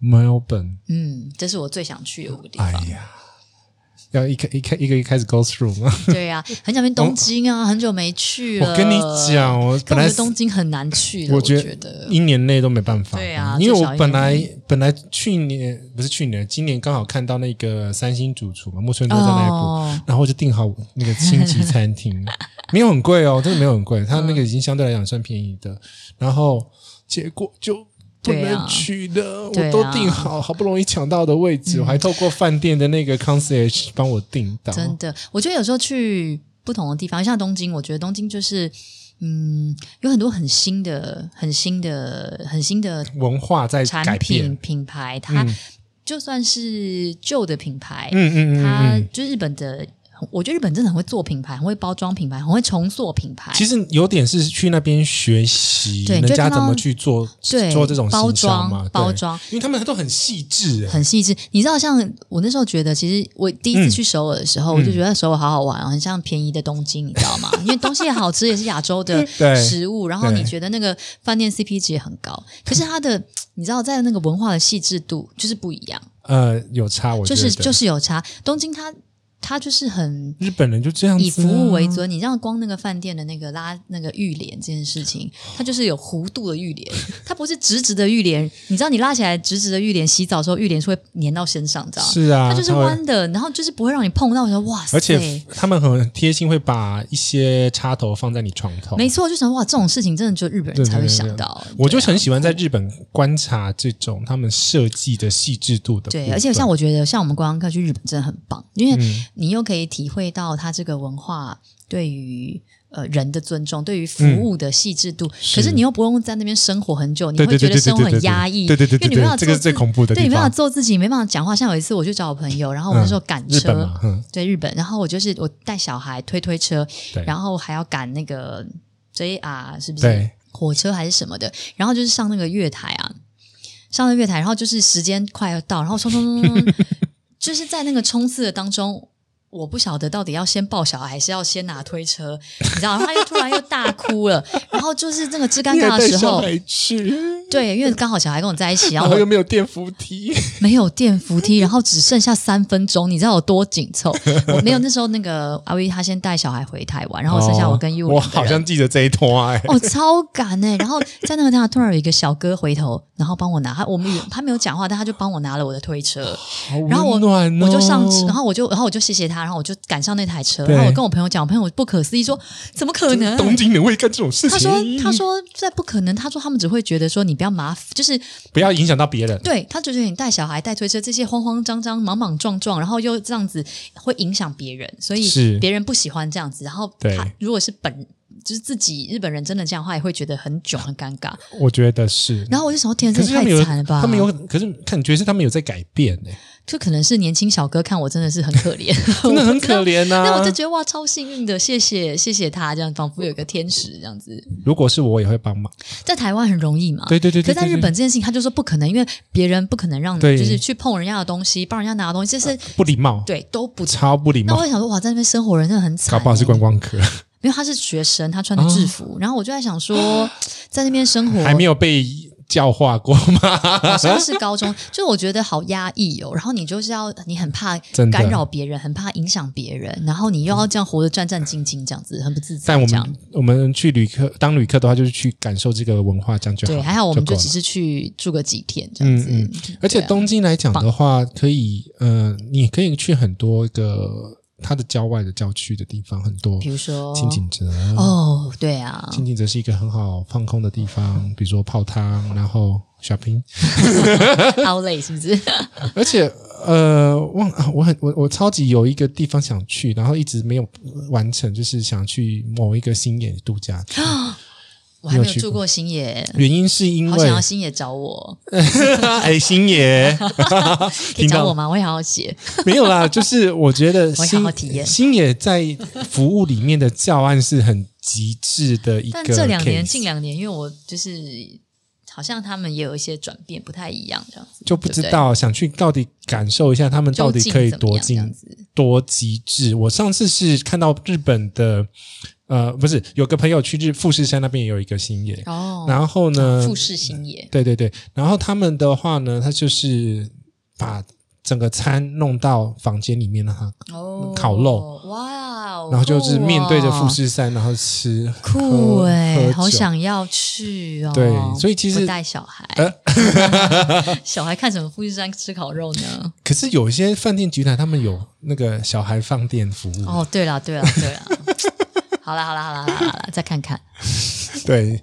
Speaker 1: ，Melbourne，
Speaker 2: 嗯，这是我最想去的五个地
Speaker 1: 哎
Speaker 2: 方。
Speaker 1: 呀，要一开一开一个一开始 go through 吗？
Speaker 2: 对呀、很想去东京啊，很久没去了。
Speaker 1: 哦我跟你讲，，我
Speaker 2: 可
Speaker 1: 本来
Speaker 2: 我觉得东京很难去的，
Speaker 1: 我
Speaker 2: 我
Speaker 1: 觉
Speaker 2: 得
Speaker 1: 一年内都没办法。嗯
Speaker 2: 对啊
Speaker 1: 因为
Speaker 2: 至
Speaker 1: 我
Speaker 2: 少一
Speaker 1: 本
Speaker 2: 年
Speaker 1: 来
Speaker 2: 内
Speaker 1: 本来去年不是去年，今年刚好看到那个三星主厨嘛，木村拓哉那一部，
Speaker 2: 哦
Speaker 1: 然后我就订好那个星级餐 厅，没有很贵哦，真的没有很贵，
Speaker 2: 嗯
Speaker 1: 它那个已经相对来讲算便宜的。然后结果就。不
Speaker 2: 对
Speaker 1: 能
Speaker 2: 啊
Speaker 1: 去的，
Speaker 2: 对
Speaker 1: 我
Speaker 2: 啊嗯
Speaker 1: 都订好，好不容易抢到的位置，我还透过饭店的那个 concierge 帮我订到。
Speaker 2: 真的，我觉得有时候去不同的地方，像东京，我觉得东京就是。嗯，有很多很新的、很新的、很新的
Speaker 1: 文化在
Speaker 2: 产
Speaker 1: 改变
Speaker 2: 品，品牌，它就算是旧的品牌，
Speaker 1: 嗯嗯嗯
Speaker 2: 它
Speaker 1: 嗯嗯，
Speaker 2: 就日本的，我觉得日本真的很会做品牌，很会包装品牌，很会重塑品牌。
Speaker 1: 其实有点是去那边学习
Speaker 2: 对
Speaker 1: 人
Speaker 2: 你就
Speaker 1: 家
Speaker 2: 看
Speaker 1: 怎么
Speaker 2: 到
Speaker 1: 去做
Speaker 2: 对
Speaker 1: 做这种
Speaker 2: 包
Speaker 1: 行销嘛
Speaker 2: 装，
Speaker 1: 对
Speaker 2: 包装，
Speaker 1: 因为他们都很细致、欸，
Speaker 2: 很细致。你知道，像我那时候觉得，其实我第一次去首尔的时
Speaker 1: 嗯
Speaker 2: 候，我就觉得首尔好好玩哦，很像便宜的东京，你知道 吗？因为东西也好吃，也是亚洲的
Speaker 1: 对
Speaker 2: 食物，然后
Speaker 1: 对
Speaker 2: 你觉得那个饭店 CP 值也很高，可是它的你知道，在那个文化的细致度就是不一样，
Speaker 1: 呃，有差，我觉
Speaker 2: 就
Speaker 1: 得
Speaker 2: 是就是有差。东京它它就是很。
Speaker 1: 日本人就这样子、啊，
Speaker 2: 以服务为尊，你让光那个饭店的那个拉那个浴帘这件 事情，它就是有弧度的浴帘，它不是直直的浴帘。你知道，你拉起来直直的浴帘，洗澡的时候浴帘是会粘到身上，你知道吗？
Speaker 1: 是啊，
Speaker 2: 它就是
Speaker 1: 他会
Speaker 2: 弯的，然后就是不会让你碰到。我说哇塞，
Speaker 1: 而且他们很贴心，会把一些插头放在你床头。
Speaker 2: 没错，就想哇，这种事情真的只有日本人才会想到。
Speaker 1: 我就
Speaker 2: 对啊
Speaker 1: 很喜欢在日本观察这种他们设计的细致度的部分。
Speaker 2: 对，而且像我觉得，像我们观光客去日本真的很棒，因为
Speaker 1: 嗯
Speaker 2: 你又可以体会到它这个文化对于。呃，人的尊重，对于服务的细致度，可是
Speaker 1: 嗯是
Speaker 2: 你又不用在那边生活很久，你
Speaker 1: 对
Speaker 2: 会
Speaker 1: 对
Speaker 2: 觉
Speaker 1: 对
Speaker 2: 得
Speaker 1: 对对
Speaker 2: 生活
Speaker 1: 对
Speaker 2: 很
Speaker 1: 对
Speaker 2: 压抑，
Speaker 1: 对对对对
Speaker 2: 因为你没
Speaker 1: 对，
Speaker 2: 办法
Speaker 1: 这个
Speaker 2: 做
Speaker 1: 是最
Speaker 2: 自己，
Speaker 1: 恐怖的
Speaker 2: 对，
Speaker 1: 地
Speaker 2: 你没办法
Speaker 1: 方。嗯
Speaker 2: 做自己，没办法讲话。像有一次，我去找我朋友，然后我那时候赶
Speaker 1: 日本
Speaker 2: 车，
Speaker 1: 嘛，嗯，
Speaker 2: 对日本，然后我就是我带小孩推推车
Speaker 1: 对，
Speaker 2: 然后还要赶那个 JR 是不是
Speaker 1: 对？
Speaker 2: 火车还是什么的，然后就是上那个月台啊，上了月台，然后就是时间快要到，然后冲冲冲冲冲， 就是在那个冲刺的当中。我不晓得到底要先抱小孩，还是要先拿推车，你知道？然后他又突然又大哭了，然后就是那个之尴
Speaker 1: 你也
Speaker 2: 尬的
Speaker 1: 带
Speaker 2: 时
Speaker 1: 小
Speaker 2: 候，
Speaker 1: 孩去，
Speaker 2: 对，因为刚好小孩跟我在一起，
Speaker 1: 然
Speaker 2: 然后我
Speaker 1: 后 又没有电扶梯，
Speaker 2: 没有电扶梯，然后只剩下三分钟，你知道有多 紧凑？我没有那时候那个阿威他先带小孩回台湾，然后剩下
Speaker 1: 哦
Speaker 2: 我跟 U，、
Speaker 1: 我好像记得这一段、哎，
Speaker 2: 哦超赶哎、然后在那个当下突然有一个小哥回头，然后帮我拿他，我们他没有讲话，但他就帮我拿了我的 推车，
Speaker 1: 好温
Speaker 2: 然后我
Speaker 1: 暖哦
Speaker 2: 我就上车，然后我就然后我就谢谢他，然后我就赶上那台车，
Speaker 1: 对
Speaker 2: 然后我跟我朋友讲，我朋友不可思议说怎么可能？
Speaker 1: 东京人会干这种事情。
Speaker 2: 他说：“他说这不可能。他说他们只会觉得说你不要麻烦，就是
Speaker 1: 不要影响到别人。
Speaker 2: 对他就觉得你带小孩、带推车这些慌慌张张、莽莽撞撞，然后又这样子会影响别人，所
Speaker 1: 是
Speaker 2: 以别人不喜欢这样子。然后
Speaker 1: 对
Speaker 2: 他如果是本就是自己日本人真的这样的话，也会觉得很囧、很 尴尬。
Speaker 1: 我觉得是。
Speaker 2: 然后我就想，天啊，
Speaker 1: 可
Speaker 2: 这
Speaker 1: 是
Speaker 2: 也
Speaker 1: 他
Speaker 2: 太
Speaker 1: 们有，
Speaker 2: 惨了吧！
Speaker 1: 他们有，可是感觉是他们有在改变哎、
Speaker 2: 就可能是年轻小哥看我真的是很可怜，
Speaker 1: 真的很可怜啊呐、
Speaker 2: 但我就觉得哇，超幸运的，谢谢谢谢他，这样仿佛有个天使这样子。
Speaker 1: 如果是我，也会帮忙。
Speaker 2: 在台湾很容易嘛，
Speaker 1: 对对对对
Speaker 2: 啊可在
Speaker 1: 对
Speaker 2: 日
Speaker 1: 对
Speaker 2: 本这件事情，他就说不可能，因为别人不可能让你
Speaker 1: 对呃
Speaker 2: 就是去碰人家的东西，帮人家拿的东西，这是
Speaker 1: 不礼貌，
Speaker 2: 对都不
Speaker 1: 超不礼
Speaker 2: 那
Speaker 1: 貌
Speaker 2: 我，也想说，哇，在那边生活人真的很惨、欸
Speaker 1: 搞不好是观，光客，
Speaker 2: 因为他是学生，他穿的制服，然后我就在想说，在那边生活
Speaker 1: 还没有被教化过吗？
Speaker 2: 好像是高中，就我觉得好压抑哦。然后你就是要，你很怕
Speaker 1: 真的
Speaker 2: 干扰别人，很怕影响别人，然后你又要这样活得战战兢兢，这样子很不自在
Speaker 1: 但。我
Speaker 2: 这样
Speaker 1: 们我们去旅客当旅客的话，就是去感受这个文化，这样就好。
Speaker 2: 对，还好我们
Speaker 1: 就
Speaker 2: 就
Speaker 1: 够了
Speaker 2: 只是去住个几天这样子。
Speaker 1: 嗯而且
Speaker 2: 对啊
Speaker 1: 东京来讲的话，可以，呃，你可以去很多个它的郊外的郊区的地方，很多
Speaker 2: 比如说
Speaker 1: 清景泽。
Speaker 2: 哦，对啊，
Speaker 1: 清景泽是一个很好放空的地
Speaker 2: 嗯
Speaker 1: 方，比如说泡汤，然后 shopping。
Speaker 2: 好累是不是？
Speaker 1: 而且，呃，忘啊，我很我我超级有一个地方想去，然后一直没有完成，就是想去某一个星野度假 区。
Speaker 2: 我还没
Speaker 1: 你有
Speaker 2: 有
Speaker 1: 去过
Speaker 2: 住过星野，
Speaker 1: 原因是因
Speaker 2: 好想
Speaker 1: 为
Speaker 2: 要，星野找我，
Speaker 1: 哎，星野，
Speaker 2: 可以
Speaker 1: 听
Speaker 2: 找我
Speaker 1: 到
Speaker 2: 吗？我也好好写。
Speaker 1: 没有啦？就是我觉得
Speaker 2: 好
Speaker 1: 星
Speaker 2: 好体验
Speaker 1: 星野在服务里面的教案是很极致的一个
Speaker 2: 但
Speaker 1: case。
Speaker 2: 这两年近两年，因为我就是好像他们也有一些转变，不太一样这样子，
Speaker 1: 就不知
Speaker 2: 对
Speaker 1: 道想去到底感受一下他们
Speaker 2: 不对
Speaker 1: 到底可以
Speaker 2: 究竟怎么
Speaker 1: 多
Speaker 2: 样这样
Speaker 1: 进
Speaker 2: 子。
Speaker 1: 多极致。我上次是看到日本的，呃，不是有个朋友去日富士山那边也有一个星野，
Speaker 2: 哦，
Speaker 1: 然后呢
Speaker 2: 富，士新野
Speaker 1: 对对对，然后他们的话呢，他就是把。整个餐弄到房间里面让他，
Speaker 2: 哦
Speaker 1: 烤肉，
Speaker 2: 哇哦，
Speaker 1: 然后就是
Speaker 2: 酷哦
Speaker 1: 面对着富士山，然后吃
Speaker 2: 酷
Speaker 1: 哎、
Speaker 2: 哎、
Speaker 1: 喝
Speaker 2: 好
Speaker 1: 酒
Speaker 2: 想要去哦。
Speaker 1: 对所以其实呃
Speaker 2: 不带小孩， 小孩看什么富士山吃烤肉呢？
Speaker 1: 可是有一些饭店集团他们有那个小孩放电服务，
Speaker 2: 哦，对了，对了，对了。好啦好啦好啦好啦好啦，再看看。
Speaker 1: 对，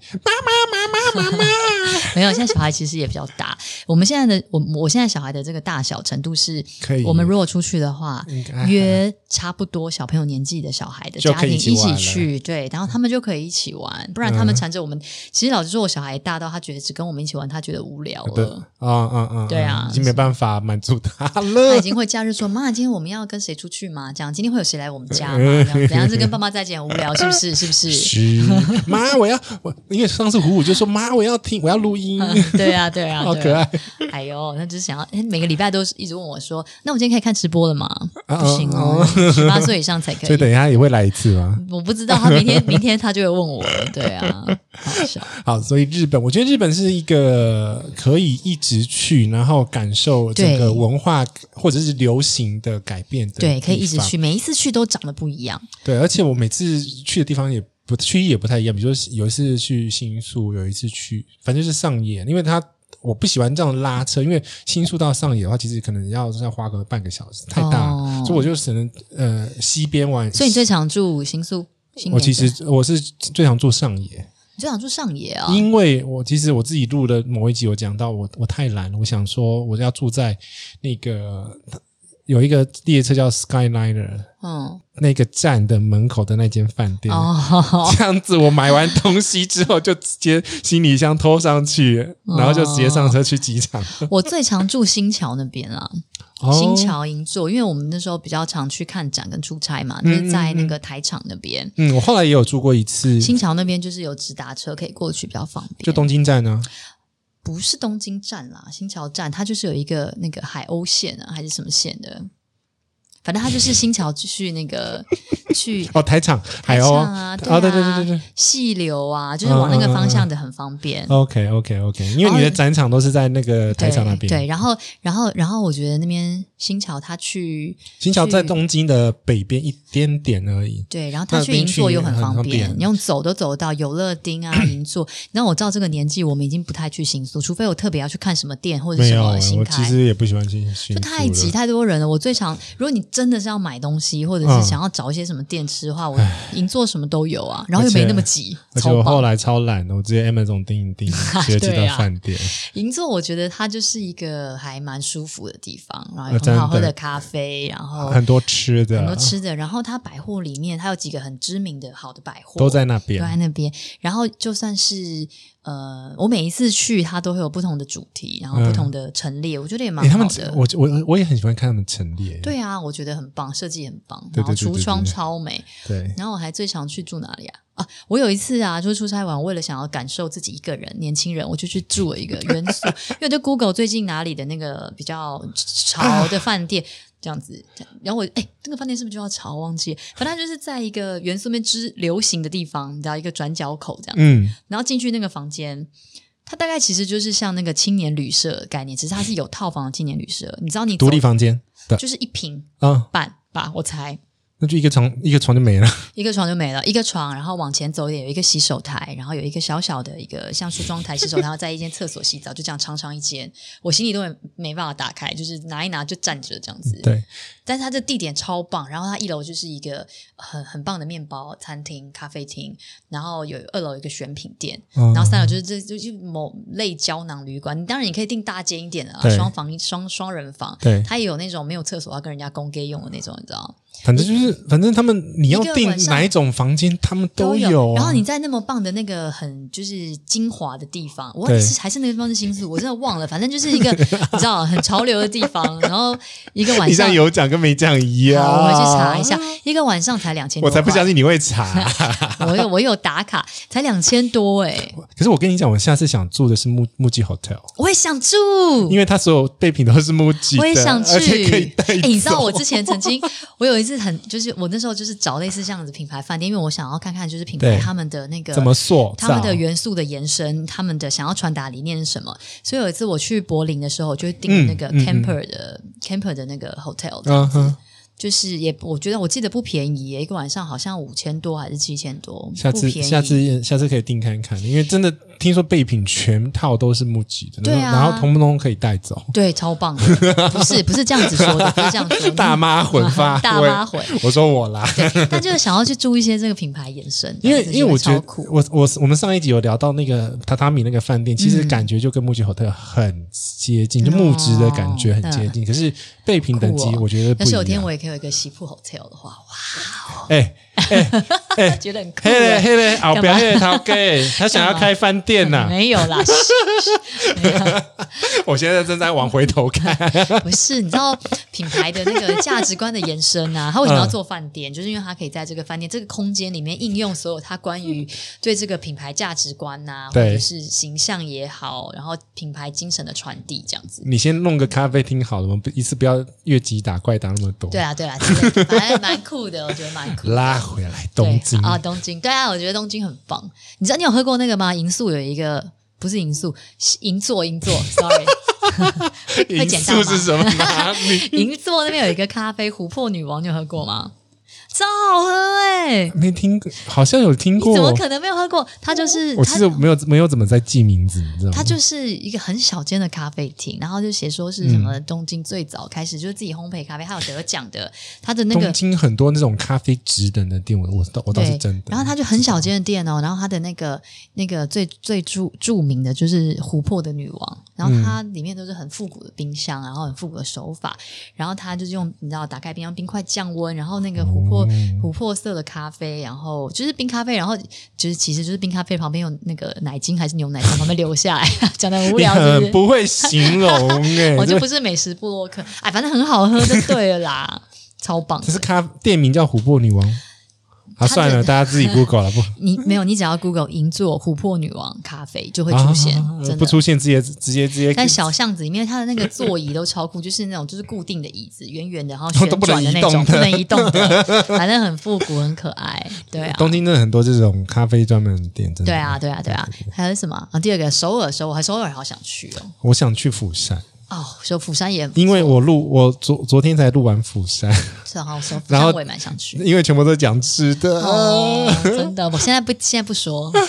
Speaker 2: 没有，现在小孩其实也比较大。我们现在的我，我现在小孩的这个大小程度是，
Speaker 1: 可以
Speaker 2: 我们如果出去的话
Speaker 1: 应该还，好
Speaker 2: 约差不多小朋友年纪的小孩的
Speaker 1: 就
Speaker 2: 家
Speaker 1: 可
Speaker 2: 庭
Speaker 1: 以
Speaker 2: 一
Speaker 1: 一起玩
Speaker 2: 起
Speaker 1: 了嗯
Speaker 2: 去，对，然后他们就可以一起玩。不然他们缠着我们，其实老实说，我小孩大到他觉得只跟我们一起玩，他觉得无聊
Speaker 1: 对
Speaker 2: 了。
Speaker 1: 啊啊啊，
Speaker 2: 对啊
Speaker 1: 已经没办法满足他
Speaker 2: 他
Speaker 1: 了
Speaker 2: 已。经会假日说：“妈，今天我们要跟谁出去吗？这样今天会有谁来我们家吗？这样怎样是跟爸妈在一起很无聊，是不是？是不是？
Speaker 1: 是妈，我要我，因为上次虎虎就说妈，我要听，我要录 音，
Speaker 2: 对啊，对啊，
Speaker 1: 好
Speaker 2: 对
Speaker 1: 可
Speaker 2: 啊
Speaker 1: 爱。
Speaker 2: 哎呦，他就是想要哎每个礼拜都是一直问我说：‘那我今天可以看直播了吗？’
Speaker 1: 啊
Speaker 2: 不行哦，十八岁以上才可
Speaker 1: 所以
Speaker 2: 以。
Speaker 1: 等一下也会来一次吗？
Speaker 2: 我不知道他 明天明天他就会问我了。对啊，好笑。
Speaker 1: 好，所以日本，我觉得日本是一个可以一直去，然后感受这
Speaker 2: 对
Speaker 1: 个文化或者是流行的改变的，
Speaker 2: 对，可以一直去，。每一次去都长得不一样。
Speaker 1: 对，而且我每次去的地方也不区域也不太一样，比如说有一次去新宿，有一次去，反正就是上野，因为它我不喜欢这样拉车，因为新宿到上野的话，其实可能要要花个半个小时，太大了，
Speaker 2: 哦
Speaker 1: 所以我就只能呃西边玩。
Speaker 2: 所以你最常住新宿？新
Speaker 1: 我
Speaker 2: 年
Speaker 1: 其
Speaker 2: 镇
Speaker 1: 实我是最常住上野，
Speaker 2: 你最常住上野啊？
Speaker 1: 因为我其实我自己录的某一集有讲到我我太懒了，我想说我要住在那个有一个列车叫 Skyliner
Speaker 2: 嗯，
Speaker 1: 那个站的门口的那间饭店
Speaker 2: 哦，
Speaker 1: 这样子，我买完东西之后就直接行李箱拖上去，
Speaker 2: 哦
Speaker 1: 然后就直接上车去机场。
Speaker 2: 我最常住新桥那边啦。
Speaker 1: 哦
Speaker 2: 哦新桥银座，因为我们那时候比较常去看展跟出差嘛，就是在那个台场那边。
Speaker 1: 嗯，我后来也有住过一次，
Speaker 2: 新桥那边就是有直达车可以过去，比较方
Speaker 1: 就
Speaker 2: 便。
Speaker 1: 东京站啊呢、
Speaker 2: 不是东京站啦，新桥站它就是有一个那个海鸥线啊，还是什么线的，反正它就是新桥去那个 去
Speaker 1: 哦，台场海
Speaker 2: 上
Speaker 1: 鸥
Speaker 2: 啊，
Speaker 1: 哦，
Speaker 2: 对
Speaker 1: 对对对对对。嗯
Speaker 2: 细流啊，就是往那个方向的很方便。
Speaker 1: OK OK OK，因为
Speaker 2: 哦
Speaker 1: 你的展场都是在那个台
Speaker 2: 对
Speaker 1: 场那边。
Speaker 2: 对，，然后，然后，然后，我觉得那边新桥他去
Speaker 1: 新桥在东京的北边一点点而已。
Speaker 2: 对，然后他
Speaker 1: 那
Speaker 2: 去
Speaker 1: 边
Speaker 2: 银座
Speaker 1: 去
Speaker 2: 又很
Speaker 1: 很
Speaker 2: 方
Speaker 1: 方
Speaker 2: 便，
Speaker 1: 便
Speaker 2: 你用走都走得到游乐町啊、银座。然后我照这个年纪，我们已经不太去新宿，除非我特别要去看什么店或者
Speaker 1: 没
Speaker 2: 什
Speaker 1: 有，
Speaker 2: 么新
Speaker 1: 我其
Speaker 2: 开。
Speaker 1: 实也不喜欢新新
Speaker 2: 就
Speaker 1: 宿
Speaker 2: 太挤
Speaker 1: 了。
Speaker 2: 太多人了，我最常如果你真的是要买东西，或者是
Speaker 1: 嗯
Speaker 2: 想要找一些什么店吃的话，我银座什么都有啊，然后又
Speaker 1: 而且
Speaker 2: 没那么挤，
Speaker 1: 而且
Speaker 2: 超
Speaker 1: 我后
Speaker 2: 棒。
Speaker 1: 来超懒的，我直接 Amazon 订一 订，直接寄
Speaker 2: 对啊
Speaker 1: 到饭店。
Speaker 2: 银座我觉得它就是一个还蛮舒服的地方，然后有
Speaker 1: 啊真
Speaker 2: 很
Speaker 1: 的啊
Speaker 2: 好喝的咖啡，然后
Speaker 1: 很多吃的，
Speaker 2: 哦很多吃的，然后它百货里面它有几个很知名的好的百货
Speaker 1: 都在那边哎
Speaker 2: 都。在那边。然后就算是呃，我每一次去，它都会有不同的主题，然后不同的陈列，我觉得也蛮
Speaker 1: 嗯欸他
Speaker 2: 好
Speaker 1: 们
Speaker 2: 的。
Speaker 1: 我我我也很喜欢看他们陈列。
Speaker 2: 对啊，我觉得很棒，设计很棒，
Speaker 1: 对
Speaker 2: 然后
Speaker 1: 对对对
Speaker 2: 橱窗
Speaker 1: 对对
Speaker 2: 超美。
Speaker 1: 对，
Speaker 2: 然后我还最常去住哪里啊？啊，我有一次啊，就是出差完，为了想要感受自己一个人，年轻人，我就去住了一个元素，因为我就 Google 最近哪里的那个比较
Speaker 1: 啊
Speaker 2: 潮的饭店。这样子，然后我哎，这个饭店是不是就要潮？忘记了，反正它就是在一个元素面之流行的地方，你知道一个转角口这样。
Speaker 1: 嗯，
Speaker 2: 然后进去那个房间，它大概其实就是像那个青年旅社的概念，只是它是有套房的青年旅社。你知道你走
Speaker 1: 独立房间的
Speaker 2: 就是一平
Speaker 1: 啊，
Speaker 2: 半吧，我猜
Speaker 1: 那就一个床一个床就没了。
Speaker 2: 一个床就没了，一个床，然后往前走一点有一个洗手台，然后有一个小小的一个像梳妆台洗 手台，然后在一间厕所洗澡，就这样长长一间，我行李都没没办法打开，就是拿一拿就站着这样子。
Speaker 1: 对，
Speaker 2: 但是它这地点超棒，然后它一楼就是一个很很棒的面包餐厅、咖啡厅，然后有二楼有一个选品店，
Speaker 1: 嗯
Speaker 2: 然后三楼就是这就是某类胶囊旅馆。你当然也可以订大间一点的啦，
Speaker 1: 对
Speaker 2: 双房双双人房，
Speaker 1: 对
Speaker 2: 它也有那种没有厕所要跟人家公 gay 用的那种，你知道
Speaker 1: 反正就是反正他们你要
Speaker 2: 一个
Speaker 1: 订
Speaker 2: 晚上
Speaker 1: 哪一种房间，他们都
Speaker 2: 有。
Speaker 1: 啊
Speaker 2: 然后你在那么棒的那个很就是精华的地方，我
Speaker 1: 对
Speaker 2: 是还是那个地方 是新宿，我真的忘了，反正就是一个你知道很潮流的地方，然后一个晚
Speaker 1: 你这
Speaker 2: 上
Speaker 1: 样有讲跟跟没讲一样。
Speaker 2: 好，我去查一下，一个晚上才两千，
Speaker 1: 我才不相信你会 查。
Speaker 2: 我有我有打卡，才两千多哎、
Speaker 1: 可是我跟你讲，我下次想住的是木木记 hotel，
Speaker 2: 我也想住，
Speaker 1: 因为它所有备品都是木记的，
Speaker 2: 我也想去。
Speaker 1: 而且可以带
Speaker 2: 诶你知道
Speaker 1: 走
Speaker 2: 我之前曾经，我有一次很就是我那时候就是找类似这样子品牌饭店，因为我想要看看就是品牌
Speaker 1: 对
Speaker 2: 他们的那个
Speaker 1: 怎么做？
Speaker 2: 他们
Speaker 1: 造
Speaker 2: 的元素的延伸，他们的想要传达理念是什么？所以有一次我去柏林的时候，我就订那个
Speaker 1: 嗯嗯嗯
Speaker 2: camper 的、camper 的那个 hotel，这样、
Speaker 1: 嗯哼，
Speaker 2: 就是也我觉得我记得不便宜耶，一个晚上好像五千多还是七千多，
Speaker 1: 下
Speaker 2: 不
Speaker 1: 次
Speaker 2: 便宜
Speaker 1: 下次下次可以订看看，因为真的听说备品全套都是木吉的，
Speaker 2: 对啊
Speaker 1: 然后通不通可以带 走？
Speaker 2: 对超棒的，不是不是这样子说的，不是这样说的，
Speaker 1: 大妈混发
Speaker 2: 大妈混，
Speaker 1: 我说我 啦，
Speaker 2: 对，但就是想要去注意一些这个品牌延伸，
Speaker 1: 因为
Speaker 2: 这样子
Speaker 1: 因为我觉
Speaker 2: 超
Speaker 1: 得
Speaker 2: 酷，
Speaker 1: 我我我们上一集有聊到那个榻榻米那个饭店，其实
Speaker 2: 嗯
Speaker 1: 感觉就跟木吉 hotel 很接近，就木质的感觉很接近，可是备品等级
Speaker 2: 哦酷哦
Speaker 1: 我觉得
Speaker 2: 要
Speaker 1: 不
Speaker 2: 是有
Speaker 1: 一
Speaker 2: 天
Speaker 1: 样。
Speaker 2: 我也可以有一个西铺 hotel 的话，哇，
Speaker 1: 哎
Speaker 2: 觉得很酷
Speaker 1: 嘿嘞
Speaker 2: 耶。
Speaker 1: 嘿嘞，好不要嘿嘞，陶 gay，他想要
Speaker 2: 干嘛
Speaker 1: 开饭店呐，
Speaker 2: 没有啦，
Speaker 1: 我现在正在往回头看，
Speaker 2: 不是，你知道品牌的那个价值观的延伸啊， 他为什
Speaker 1: 嗯
Speaker 2: 么要做饭店？就是因为他可以在这个饭店这个空间里面应用所有他关于对这个品牌价值观呐、或
Speaker 1: 嗯对
Speaker 2: 者是形象也好，然后品牌精神的传递这样子。
Speaker 1: 你先弄个咖啡厅好了，我们不一次不要越级打怪打那么多。
Speaker 2: 对啊，对啊，之 类的反正蛮酷的，我觉得蛮酷的。
Speaker 1: 拉回来东京
Speaker 2: 对啊，东京，对啊，我觉得东京很棒。你知道你有喝过那个吗？银素有一个不是银素，是银座银座，sorry，会
Speaker 1: 因
Speaker 2: 捡 到吗
Speaker 1: 素是什么啊？ 你
Speaker 2: 银座那边有一个咖啡琥珀女王，你有喝过吗？超好喝哎、
Speaker 1: 没听过，好像有听
Speaker 2: 你怎么
Speaker 1: 过。哦
Speaker 2: 可能没有喝过？它就是
Speaker 1: 我其实
Speaker 2: 它，
Speaker 1: 没有没有怎么在记名字，你知道吗
Speaker 2: 它？就是一个很小间的咖啡厅，然后就写说是什
Speaker 1: 嗯
Speaker 2: 么东京最早开始、就是自己烘焙咖啡，还有得奖的，它的那
Speaker 1: 东
Speaker 2: 个。
Speaker 1: 京很多那种咖啡职等的店，我我倒我倒是
Speaker 2: 对
Speaker 1: 真，的。
Speaker 2: 然后它就很小间的店哦，然后它的那个那个最最著著名的就是琥珀的女王，然后它里面都是很复古的冰箱，啊然后很复古的手法，然后它就是用你知道打开冰箱冰块降温，然后那个琥珀、琥珀色的咖啡，然后就是冰咖啡，然后就是其实就是冰咖啡旁边有那个奶精还是牛奶从旁边流下来， 讲的
Speaker 1: 你
Speaker 2: 无聊是不是
Speaker 1: 很？不会形容 哎、
Speaker 2: 我就
Speaker 1: 这
Speaker 2: 不是美食部落客，哎，反正很好喝就对了啦， 超棒
Speaker 1: 这。是咖店名叫琥珀女王。啊，
Speaker 2: 它
Speaker 1: 算了，
Speaker 2: 这
Speaker 1: 大家自己 Google 了不？
Speaker 2: 你没有，你只要 Google 银座琥珀女王咖啡就会出现，
Speaker 1: 啊
Speaker 2: 真
Speaker 1: 不
Speaker 2: 的。
Speaker 1: 出现，直接直接直接
Speaker 2: 但小巷子里面，它的那个座椅都超酷， 就是那种就是固定的椅子，圆圆的，然后
Speaker 1: 都
Speaker 2: 旋
Speaker 1: 不
Speaker 2: 转
Speaker 1: 能
Speaker 2: 的那
Speaker 1: 移动的
Speaker 2: 种，不能移动的，反正很复古，很可爱。对啊，
Speaker 1: 东京真的很多这种咖啡专门的店，真的。
Speaker 2: 对啊，，对啊，对啊。还有什么？啊，第二个首尔，首尔，首尔好想去哦。
Speaker 1: 我想去釜山，
Speaker 2: 哦，首釜山也很不
Speaker 1: 因为我录我昨昨天才录完釜山，
Speaker 2: 错，好，哦首釜
Speaker 1: 然后
Speaker 2: 山我也蛮想去。
Speaker 1: 因为全部都讲吃的。
Speaker 2: 哦，真的，我现在不现在不说。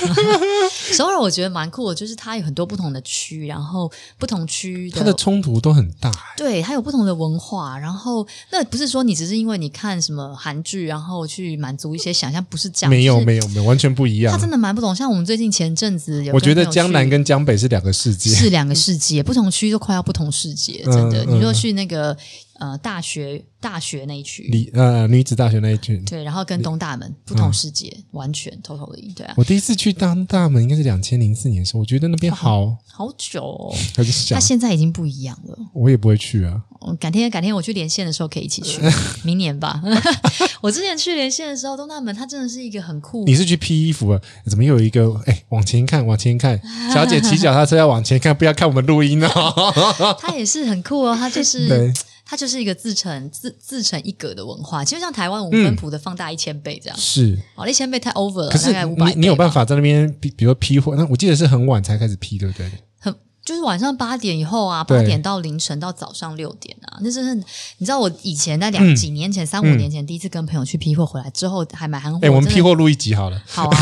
Speaker 2: 首尔我觉得蛮酷的，就是它有很多不同的区，然后不同区
Speaker 1: 它的冲突都很大、欸，
Speaker 2: 对，它有不同的文化，然后那不是说你只是因为你看什么韩剧，然后去满足一些想象，不是这样。
Speaker 1: 没有
Speaker 2: 啊就是
Speaker 1: 没有没有，完全不一
Speaker 2: 它
Speaker 1: 样
Speaker 2: 真。的蛮不同。像我们最近前阵子有跟朋友去，
Speaker 1: 我觉得江南跟江北是两个世界，
Speaker 2: 是两个世界，不同区都快要不同世界，真的。
Speaker 1: 嗯
Speaker 2: 你说
Speaker 1: 嗯
Speaker 2: 去那个呃大学大学那一区，
Speaker 1: 理嗯呃女子大学那一群。
Speaker 2: 对，然后跟东大门不同世界，完全 totally 对啊，
Speaker 1: 我第一次去当大门应该是两千零四年的时候，我觉得那边好
Speaker 2: 好久、哦。
Speaker 1: 很小
Speaker 2: 那，现在已经不一样了。
Speaker 1: 我也不会去啊。
Speaker 2: 嗯改天改天我去连线的时候可以一 起去，明年吧。 我之前去连线的时候，东大门它真的是一个很酷
Speaker 1: 你是去披衣服啊？怎么又有一个？哎，往前看，往前 看，小姐骑脚踏车要往前看，不要看我们录音哦。
Speaker 2: 它也是很酷哦，它就
Speaker 1: 对
Speaker 2: 是它就是一个自成自自成一格的文化，其实像台湾五分谱的放大一千倍这样，
Speaker 1: 是，
Speaker 2: 好、了，一千倍太 over 了，
Speaker 1: 嗯可是
Speaker 2: 大概五百
Speaker 1: 你你有办法在那边，比比如说批货，那我记得是很晚才开始批，对不对？
Speaker 2: 很。就是晚上八点以后啊，
Speaker 1: 对
Speaker 2: 八点到凌晨到早上六点啊，那真是你知道我以前在两、
Speaker 1: 嗯
Speaker 2: 几年前三五年前第一次跟朋友去批货回来之后，还买韩货，
Speaker 1: 哎，我们
Speaker 2: 真的
Speaker 1: 批货录一集好了，
Speaker 2: 好啊，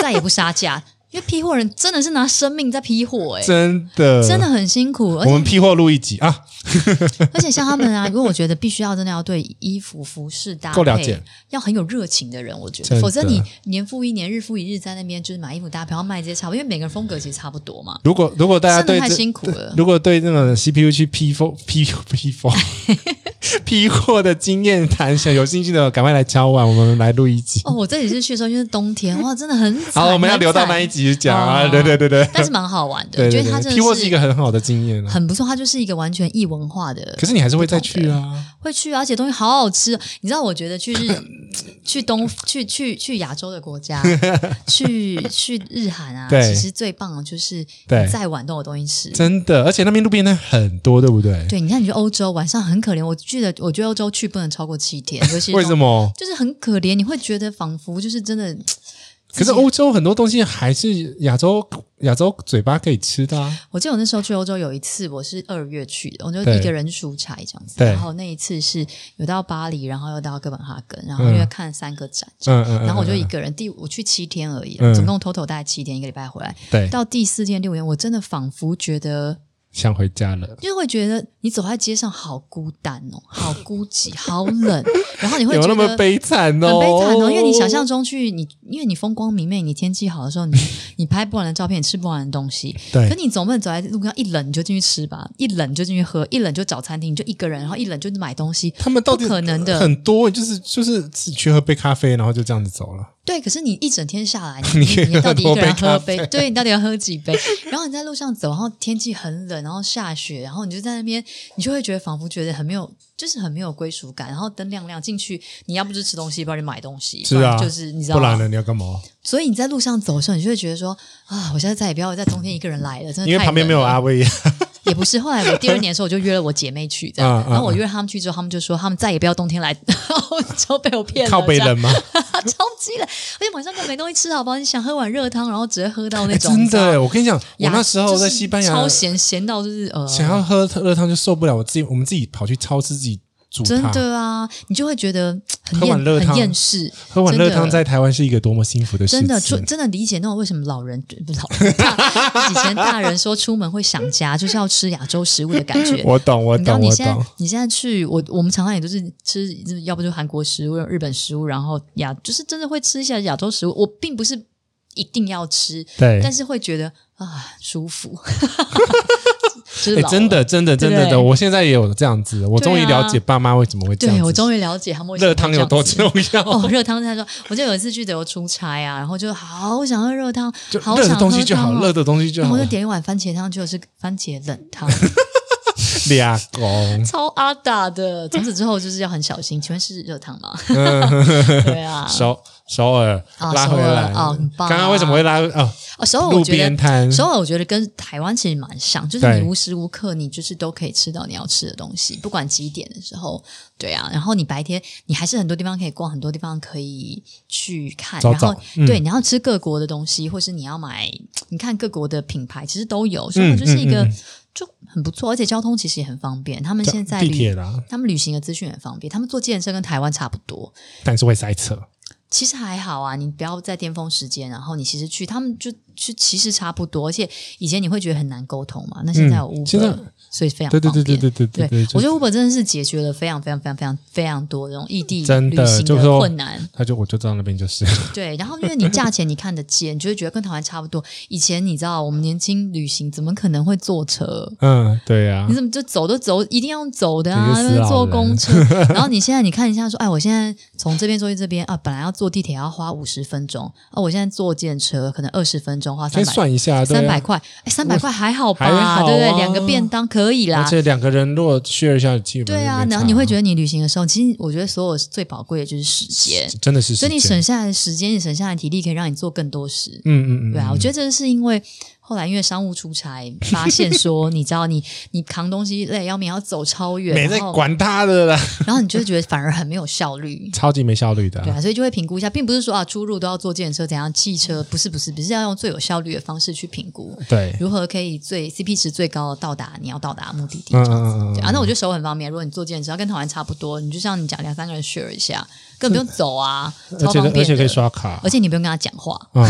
Speaker 2: 再也不杀价，因为批货人真的是拿生命在批货、欸，
Speaker 1: 真的，
Speaker 2: 真的，很辛苦，而
Speaker 1: 我
Speaker 2: 且
Speaker 1: 们批货录一集啊，
Speaker 2: 而且像他们啊，因为我觉得必须要真的要对衣服服饰搭配
Speaker 1: 够了解
Speaker 2: 要很有热情的人，我觉
Speaker 1: 真
Speaker 2: 得，
Speaker 1: 的
Speaker 2: 否则你年复一年、日复一日在那边就是买衣服搭配，然后卖这些差不多，因为每个人风格其实差不多嘛，
Speaker 1: 如果如果大家
Speaker 2: 真的
Speaker 1: 对
Speaker 2: 太
Speaker 1: 这
Speaker 2: 辛苦了。
Speaker 1: 如果对那种 CPU 去批 o 批批 o 批货的经验谈，想有兴趣的赶快来敲碗，我们来录一集。
Speaker 2: 哦，我这里是去的时候因为冬天，哇，真的很惨。
Speaker 1: 好，我们要
Speaker 2: 很
Speaker 1: 留到
Speaker 2: 惨
Speaker 1: 那一，集讲啊，
Speaker 2: 哦
Speaker 1: 对对对对，
Speaker 2: 但是蛮好玩的，
Speaker 1: 对
Speaker 2: 我
Speaker 1: 对
Speaker 2: 觉得它
Speaker 1: 对，
Speaker 2: 真
Speaker 1: 批货
Speaker 2: 的
Speaker 1: 是一个很好的经验啊。
Speaker 2: 很不错，它就是一个完全异文化的。
Speaker 1: 可是你还是会再去啊，
Speaker 2: 会去啊，而且东西好好吃。你知道，我觉得去日、 去东、去去去亚洲的 国家，去去日韩啊，
Speaker 1: 对
Speaker 2: 其实最棒的就是
Speaker 1: 对
Speaker 2: 你再晚都有东西吃。
Speaker 1: 真的，而且那边路边摊很多，对不对？
Speaker 2: 对，你看你去欧洲晚上很可怜，我记得我觉得欧洲去不能超过七天，尤其是
Speaker 1: 为什
Speaker 2: 那种
Speaker 1: 么？
Speaker 2: 就是很可怜，你会觉得仿佛就是真的。
Speaker 1: 可
Speaker 2: 自
Speaker 1: 是
Speaker 2: 己
Speaker 1: 欧洲很多东西还是亚洲亚洲嘴巴可以吃的啊。
Speaker 2: 我记得我那时候去欧洲有一次，我是二月去的，我就
Speaker 1: 对
Speaker 2: 一个人出差这样子。
Speaker 1: 对
Speaker 2: 然后那一次是有到巴黎，然后又到哥本哈根，然后
Speaker 1: 嗯
Speaker 2: 又看三个展。
Speaker 1: 嗯嗯嗯。
Speaker 2: 然后我就
Speaker 1: 嗯
Speaker 2: 一个人，第我去七天而已，
Speaker 1: 嗯
Speaker 2: 总共 total 大概七天，一个礼拜回来。
Speaker 1: 对
Speaker 2: 到第四天、第五天，我真的仿佛觉得，
Speaker 1: 想回家了。
Speaker 2: 就会觉得你走在街上好孤单哦，好孤寂，好冷，然后你会
Speaker 1: 有
Speaker 2: 觉
Speaker 1: 那
Speaker 2: 得
Speaker 1: 么悲惨哦，
Speaker 2: 很悲惨哦，因为你想象中去你，因为你风光明媚，你天气好的时候，你 你拍不完的照片，你吃不完的东西。
Speaker 1: 对
Speaker 2: 可你总不能走在路上一冷你就进去吃吧，一冷你就进去喝，一冷你就找餐厅，你就一个人，然后一冷就买东西。
Speaker 1: 他们到底
Speaker 2: 不可能的
Speaker 1: 很多，就是就是自己去喝杯咖啡，然后就这样子走了。
Speaker 2: 对，可是你一整天下来，
Speaker 1: 你
Speaker 2: 你你
Speaker 1: 喝
Speaker 2: 你到底
Speaker 1: 多
Speaker 2: 一个人
Speaker 1: 杯咖
Speaker 2: 喝
Speaker 1: 啡
Speaker 2: 杯？对你到底要喝几杯？然后你在路上走，然后天气很冷，然后下雪，然后你就在那边，你就会觉得仿佛觉得很没有，就是很没有归属感。然后灯亮亮进去，你要不就吃东西，不然就买东西，
Speaker 1: 是
Speaker 2: 不
Speaker 1: 啊，
Speaker 2: 然就是你知道
Speaker 1: 不
Speaker 2: 吗
Speaker 1: 然呢？你要干嘛？
Speaker 2: 所以你在路上走的时候，你就会觉得说啊，我现在再也不要在冬天一个人来了，真的
Speaker 1: 因为
Speaker 2: 太
Speaker 1: 旁边
Speaker 2: 冷
Speaker 1: 没有
Speaker 2: 了
Speaker 1: 阿 威，
Speaker 2: 也不是。后来我 第二年的时候，我就约了我姐妹去，这样，
Speaker 1: 嗯嗯
Speaker 2: 然后我约了他们去之后，他们就说他们再也不要冬天来，然后就被我骗了，
Speaker 1: 靠北
Speaker 2: 这样
Speaker 1: 冷吗？
Speaker 2: 超级冷，而且晚上根本没东西吃，好不好？你想喝碗热汤，然后直接喝到那
Speaker 1: 哎
Speaker 2: 种、
Speaker 1: 真
Speaker 2: 你知道
Speaker 1: 的，我跟你讲，我
Speaker 2: 牙
Speaker 1: 那时候
Speaker 2: 就是
Speaker 1: 在西班牙
Speaker 2: 超咸咸到就是呃，
Speaker 1: 想要喝热汤就受不了，我自己我们自己跑去超市自己煮
Speaker 2: 真
Speaker 1: 它。
Speaker 2: 的啊，你就会觉得很
Speaker 1: 喝碗
Speaker 2: 厌
Speaker 1: 热汤
Speaker 2: 很厌世。
Speaker 1: 喝碗热
Speaker 2: 真
Speaker 1: 汤
Speaker 2: 的
Speaker 1: 在台湾是一个多么幸福的事
Speaker 2: 真
Speaker 1: 情。
Speaker 2: 的，就真的理解那种为什么老人不老人大以前大人说出门会想家，就是要吃亚洲食物的感觉。
Speaker 1: 我懂，我
Speaker 2: 你知道
Speaker 1: 懂，
Speaker 2: 你
Speaker 1: 我
Speaker 2: 现在
Speaker 1: 懂。
Speaker 2: 你现在去我我们常常也都是吃，要不就韩国食物、日本食物，然后亚就是真的会吃一下亚洲食物。我并不是一定要吃，
Speaker 1: 对，
Speaker 2: 但是会觉得啊舒 服，就是
Speaker 1: 哎
Speaker 2: 老了
Speaker 1: 真。的，真的，真的
Speaker 2: 对
Speaker 1: 的，我现在也有这样子，我终于
Speaker 2: 对啊
Speaker 1: 了解爸妈为什么会这样
Speaker 2: 对，
Speaker 1: 子。
Speaker 2: 我终于了解他们为什么
Speaker 1: 热
Speaker 2: 会
Speaker 1: 汤
Speaker 2: 这
Speaker 1: 有
Speaker 2: 样
Speaker 1: 多
Speaker 2: 子
Speaker 1: 重要
Speaker 2: 哦，。热汤他说，我记得有一次去德国出差啊，然后就好想喝热汤，
Speaker 1: 就
Speaker 2: 好
Speaker 1: 热的
Speaker 2: 想
Speaker 1: 东
Speaker 2: 喝
Speaker 1: 西就
Speaker 2: 汤
Speaker 1: 好，
Speaker 2: 哦
Speaker 1: 热的东西就
Speaker 2: 然
Speaker 1: 好
Speaker 2: 后我，就点一碗番茄汤，就是番茄冷 汤，
Speaker 1: 俩公。
Speaker 2: 超阿 达的。从此之后就是要很小心。请问是热汤吗？对啊，
Speaker 1: 首首尔
Speaker 2: 啊
Speaker 1: 拉回来
Speaker 2: 首尔哦很棒啊
Speaker 1: 刚刚为什么会拉？哦，
Speaker 2: 哦，首尔
Speaker 1: 路
Speaker 2: 我觉
Speaker 1: 边
Speaker 2: 得。
Speaker 1: 摊
Speaker 2: 首尔我觉得跟台湾其实蛮像，就是
Speaker 1: 对
Speaker 2: 你无时无刻你就是都可以吃到你要吃的东西，不管几点的时候，对啊。然后你白天你还是很多地方可以逛，很多地方可以去看，
Speaker 1: 找找嗯
Speaker 2: 然后、对你要吃各国的东西，或是你要买，你看各国的品牌其实都有，所以我就是一个、
Speaker 1: 嗯嗯
Speaker 2: 就很不错，而且交通其实也很方便。他们现在
Speaker 1: 地
Speaker 2: 旅
Speaker 1: 铁啦，
Speaker 2: 他们旅行的资讯很方便，他们坐健身跟台湾差不多，
Speaker 1: 但是会塞车。
Speaker 2: 其实还好啊。你不要在巅峰时间，然后你其实去，他们就去其实差不多。而且以前你会觉得很难沟通嘛，那现在有 Uber，、
Speaker 1: 嗯现在
Speaker 2: 所以非常
Speaker 1: 对对
Speaker 2: 方
Speaker 1: 对
Speaker 2: 便
Speaker 1: 对对对对对，
Speaker 2: 我
Speaker 1: 就
Speaker 2: 觉得 Uber 真的是解决了非常非常非常非常非常多这种异地
Speaker 1: 真
Speaker 2: 旅
Speaker 1: 的
Speaker 2: 行
Speaker 1: 就是说
Speaker 2: 困难。
Speaker 1: 他就我就到那边就是，
Speaker 2: 对，然后因为你价钱你看得见，你就会觉得跟台湾差不多。以前你知道我们年轻旅行怎么可能会坐车？
Speaker 1: 嗯，对呀
Speaker 2: 你，怎么就走都走，一定要走的啊
Speaker 1: 你个死老！人
Speaker 2: 坐公 车，然后你现在你看一下说，哎，我现在从这边坐去这边啊，本来要坐地铁要花五十分钟，啊，我现在坐电车可能二十分钟，花
Speaker 1: 先
Speaker 2: 三百
Speaker 1: 算一下，对啊
Speaker 2: 三百，块，哎，三百块还好吧，
Speaker 1: 还好啊
Speaker 2: 对不对？两个便当可以
Speaker 1: 而
Speaker 2: 啦。
Speaker 1: 且两个人如果 share 一下，基本
Speaker 2: 对啊，然后你会觉得你旅行的时候，其实我觉得所有最宝贵的就是时间，
Speaker 1: 得真的是时
Speaker 2: 所
Speaker 1: 间，
Speaker 2: 以你省下来的时间，你省下来的体力，可以让你做更多事。
Speaker 1: 嗯嗯嗯，
Speaker 2: 对啊，我觉得这是因为后来因为商务出差，发现 说，你知道你你扛东西累要命，要走超远，
Speaker 1: 没在
Speaker 2: 然后
Speaker 1: 管他的啦，
Speaker 2: 然后你就会觉得反而很没有
Speaker 1: 。
Speaker 2: 效率
Speaker 1: 超级没效率的
Speaker 2: 对
Speaker 1: 啊，
Speaker 2: 啊，所以就会评估一下，并不是说啊出入都要坐电车怎样，汽车不是不是，不是要用最有效率的方式去评估
Speaker 1: 对，
Speaker 2: 如何可以最 CP 值最高的到达你要到达的目的地。
Speaker 1: 嗯嗯嗯嗯
Speaker 2: 对
Speaker 1: 嗯，
Speaker 2: 啊，那我觉得手很方便。如果你坐电车，跟台湾差不多，你就像你讲两三个人 share 一下，根本不用走啊，
Speaker 1: 而
Speaker 2: 超
Speaker 1: 且
Speaker 2: 方便的
Speaker 1: 而且可以，刷卡
Speaker 2: 而，且你不用跟他讲话，
Speaker 1: 嗯，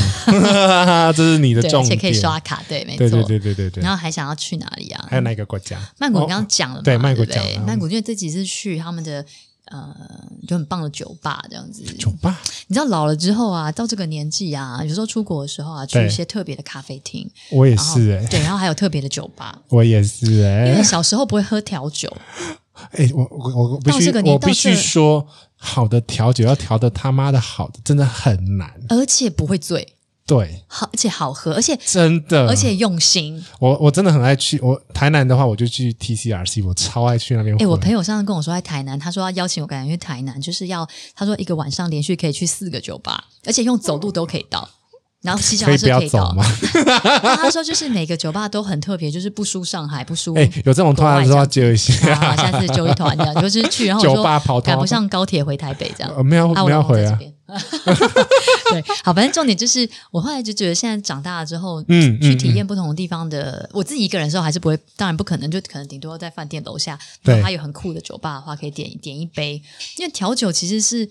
Speaker 1: 这是你的
Speaker 2: 对，
Speaker 1: 重
Speaker 2: 而
Speaker 1: 点，
Speaker 2: 且可以刷卡，对，没
Speaker 1: 对
Speaker 2: 错。
Speaker 1: 对对对对对
Speaker 2: 然，后还想要去哪里啊？
Speaker 1: 还有哪一个国家？
Speaker 2: 曼谷
Speaker 1: 哦
Speaker 2: 你刚刚讲了嘛、
Speaker 1: 对曼谷
Speaker 2: 不对
Speaker 1: 讲了
Speaker 2: 曼谷因为这几次去他们的呃就很棒的酒吧这样子，
Speaker 1: 酒吧，
Speaker 2: 你知道老了之后啊，到这个年纪啊，有时候出国的时候啊，去
Speaker 1: 对
Speaker 2: 一些特别的咖啡厅，
Speaker 1: 我也
Speaker 2: 然后
Speaker 1: 是哎、
Speaker 2: 对，然后还有特别的酒吧
Speaker 1: 。我也是哎、
Speaker 2: 因为小时候不会喝调酒，
Speaker 1: 哎，我我我我必须
Speaker 2: 到这个年
Speaker 1: 我
Speaker 2: 到
Speaker 1: 必须
Speaker 2: 这
Speaker 1: 说，好的调酒要调的他妈的好的，真的很难。
Speaker 2: 而且不会醉，
Speaker 1: 对，
Speaker 2: 好，而且好喝，而且
Speaker 1: 真的。
Speaker 2: 而且用心。
Speaker 1: 我我真的很爱去，我台南的话，我就去 TCRC，我超爱去那边。
Speaker 2: 哎、我朋友上次跟我说在台南，他说要邀请我赶紧去台南，就是要他说一个晚上连续可以去四个酒吧，而且用走路都可以到，然后骑脚
Speaker 1: 可以
Speaker 2: 踏
Speaker 1: 不
Speaker 2: 车
Speaker 1: 要
Speaker 2: 可以
Speaker 1: 走
Speaker 2: 到。
Speaker 1: 吗？
Speaker 2: 然后他说就是每个酒吧都很特别，就是不输上海，不输。
Speaker 1: 哎、有这种
Speaker 2: 国
Speaker 1: 团
Speaker 2: 外
Speaker 1: 的
Speaker 2: 这
Speaker 1: 时候要
Speaker 2: 样
Speaker 1: 接一 下。
Speaker 2: 好好下次揪一团这样，就是 去，然后我
Speaker 1: 酒吧
Speaker 2: 说
Speaker 1: 跑团
Speaker 2: 赶不上高铁回台北这样。
Speaker 1: 呃没有
Speaker 2: 啊，我
Speaker 1: 没有
Speaker 2: 老公
Speaker 1: 回
Speaker 2: 在这
Speaker 1: 啊，
Speaker 2: 边。 对，好，反正重点就是，我后来就觉得现在长大了之后，
Speaker 1: 嗯
Speaker 2: 去
Speaker 1: 嗯
Speaker 2: 体验不同的地方的，我自己一个人的时候还是不会，当然不可能，就可能顶多在饭店楼下，
Speaker 1: 对
Speaker 2: 如果它有很酷的酒吧的话，可以点点一杯，因为调酒其实是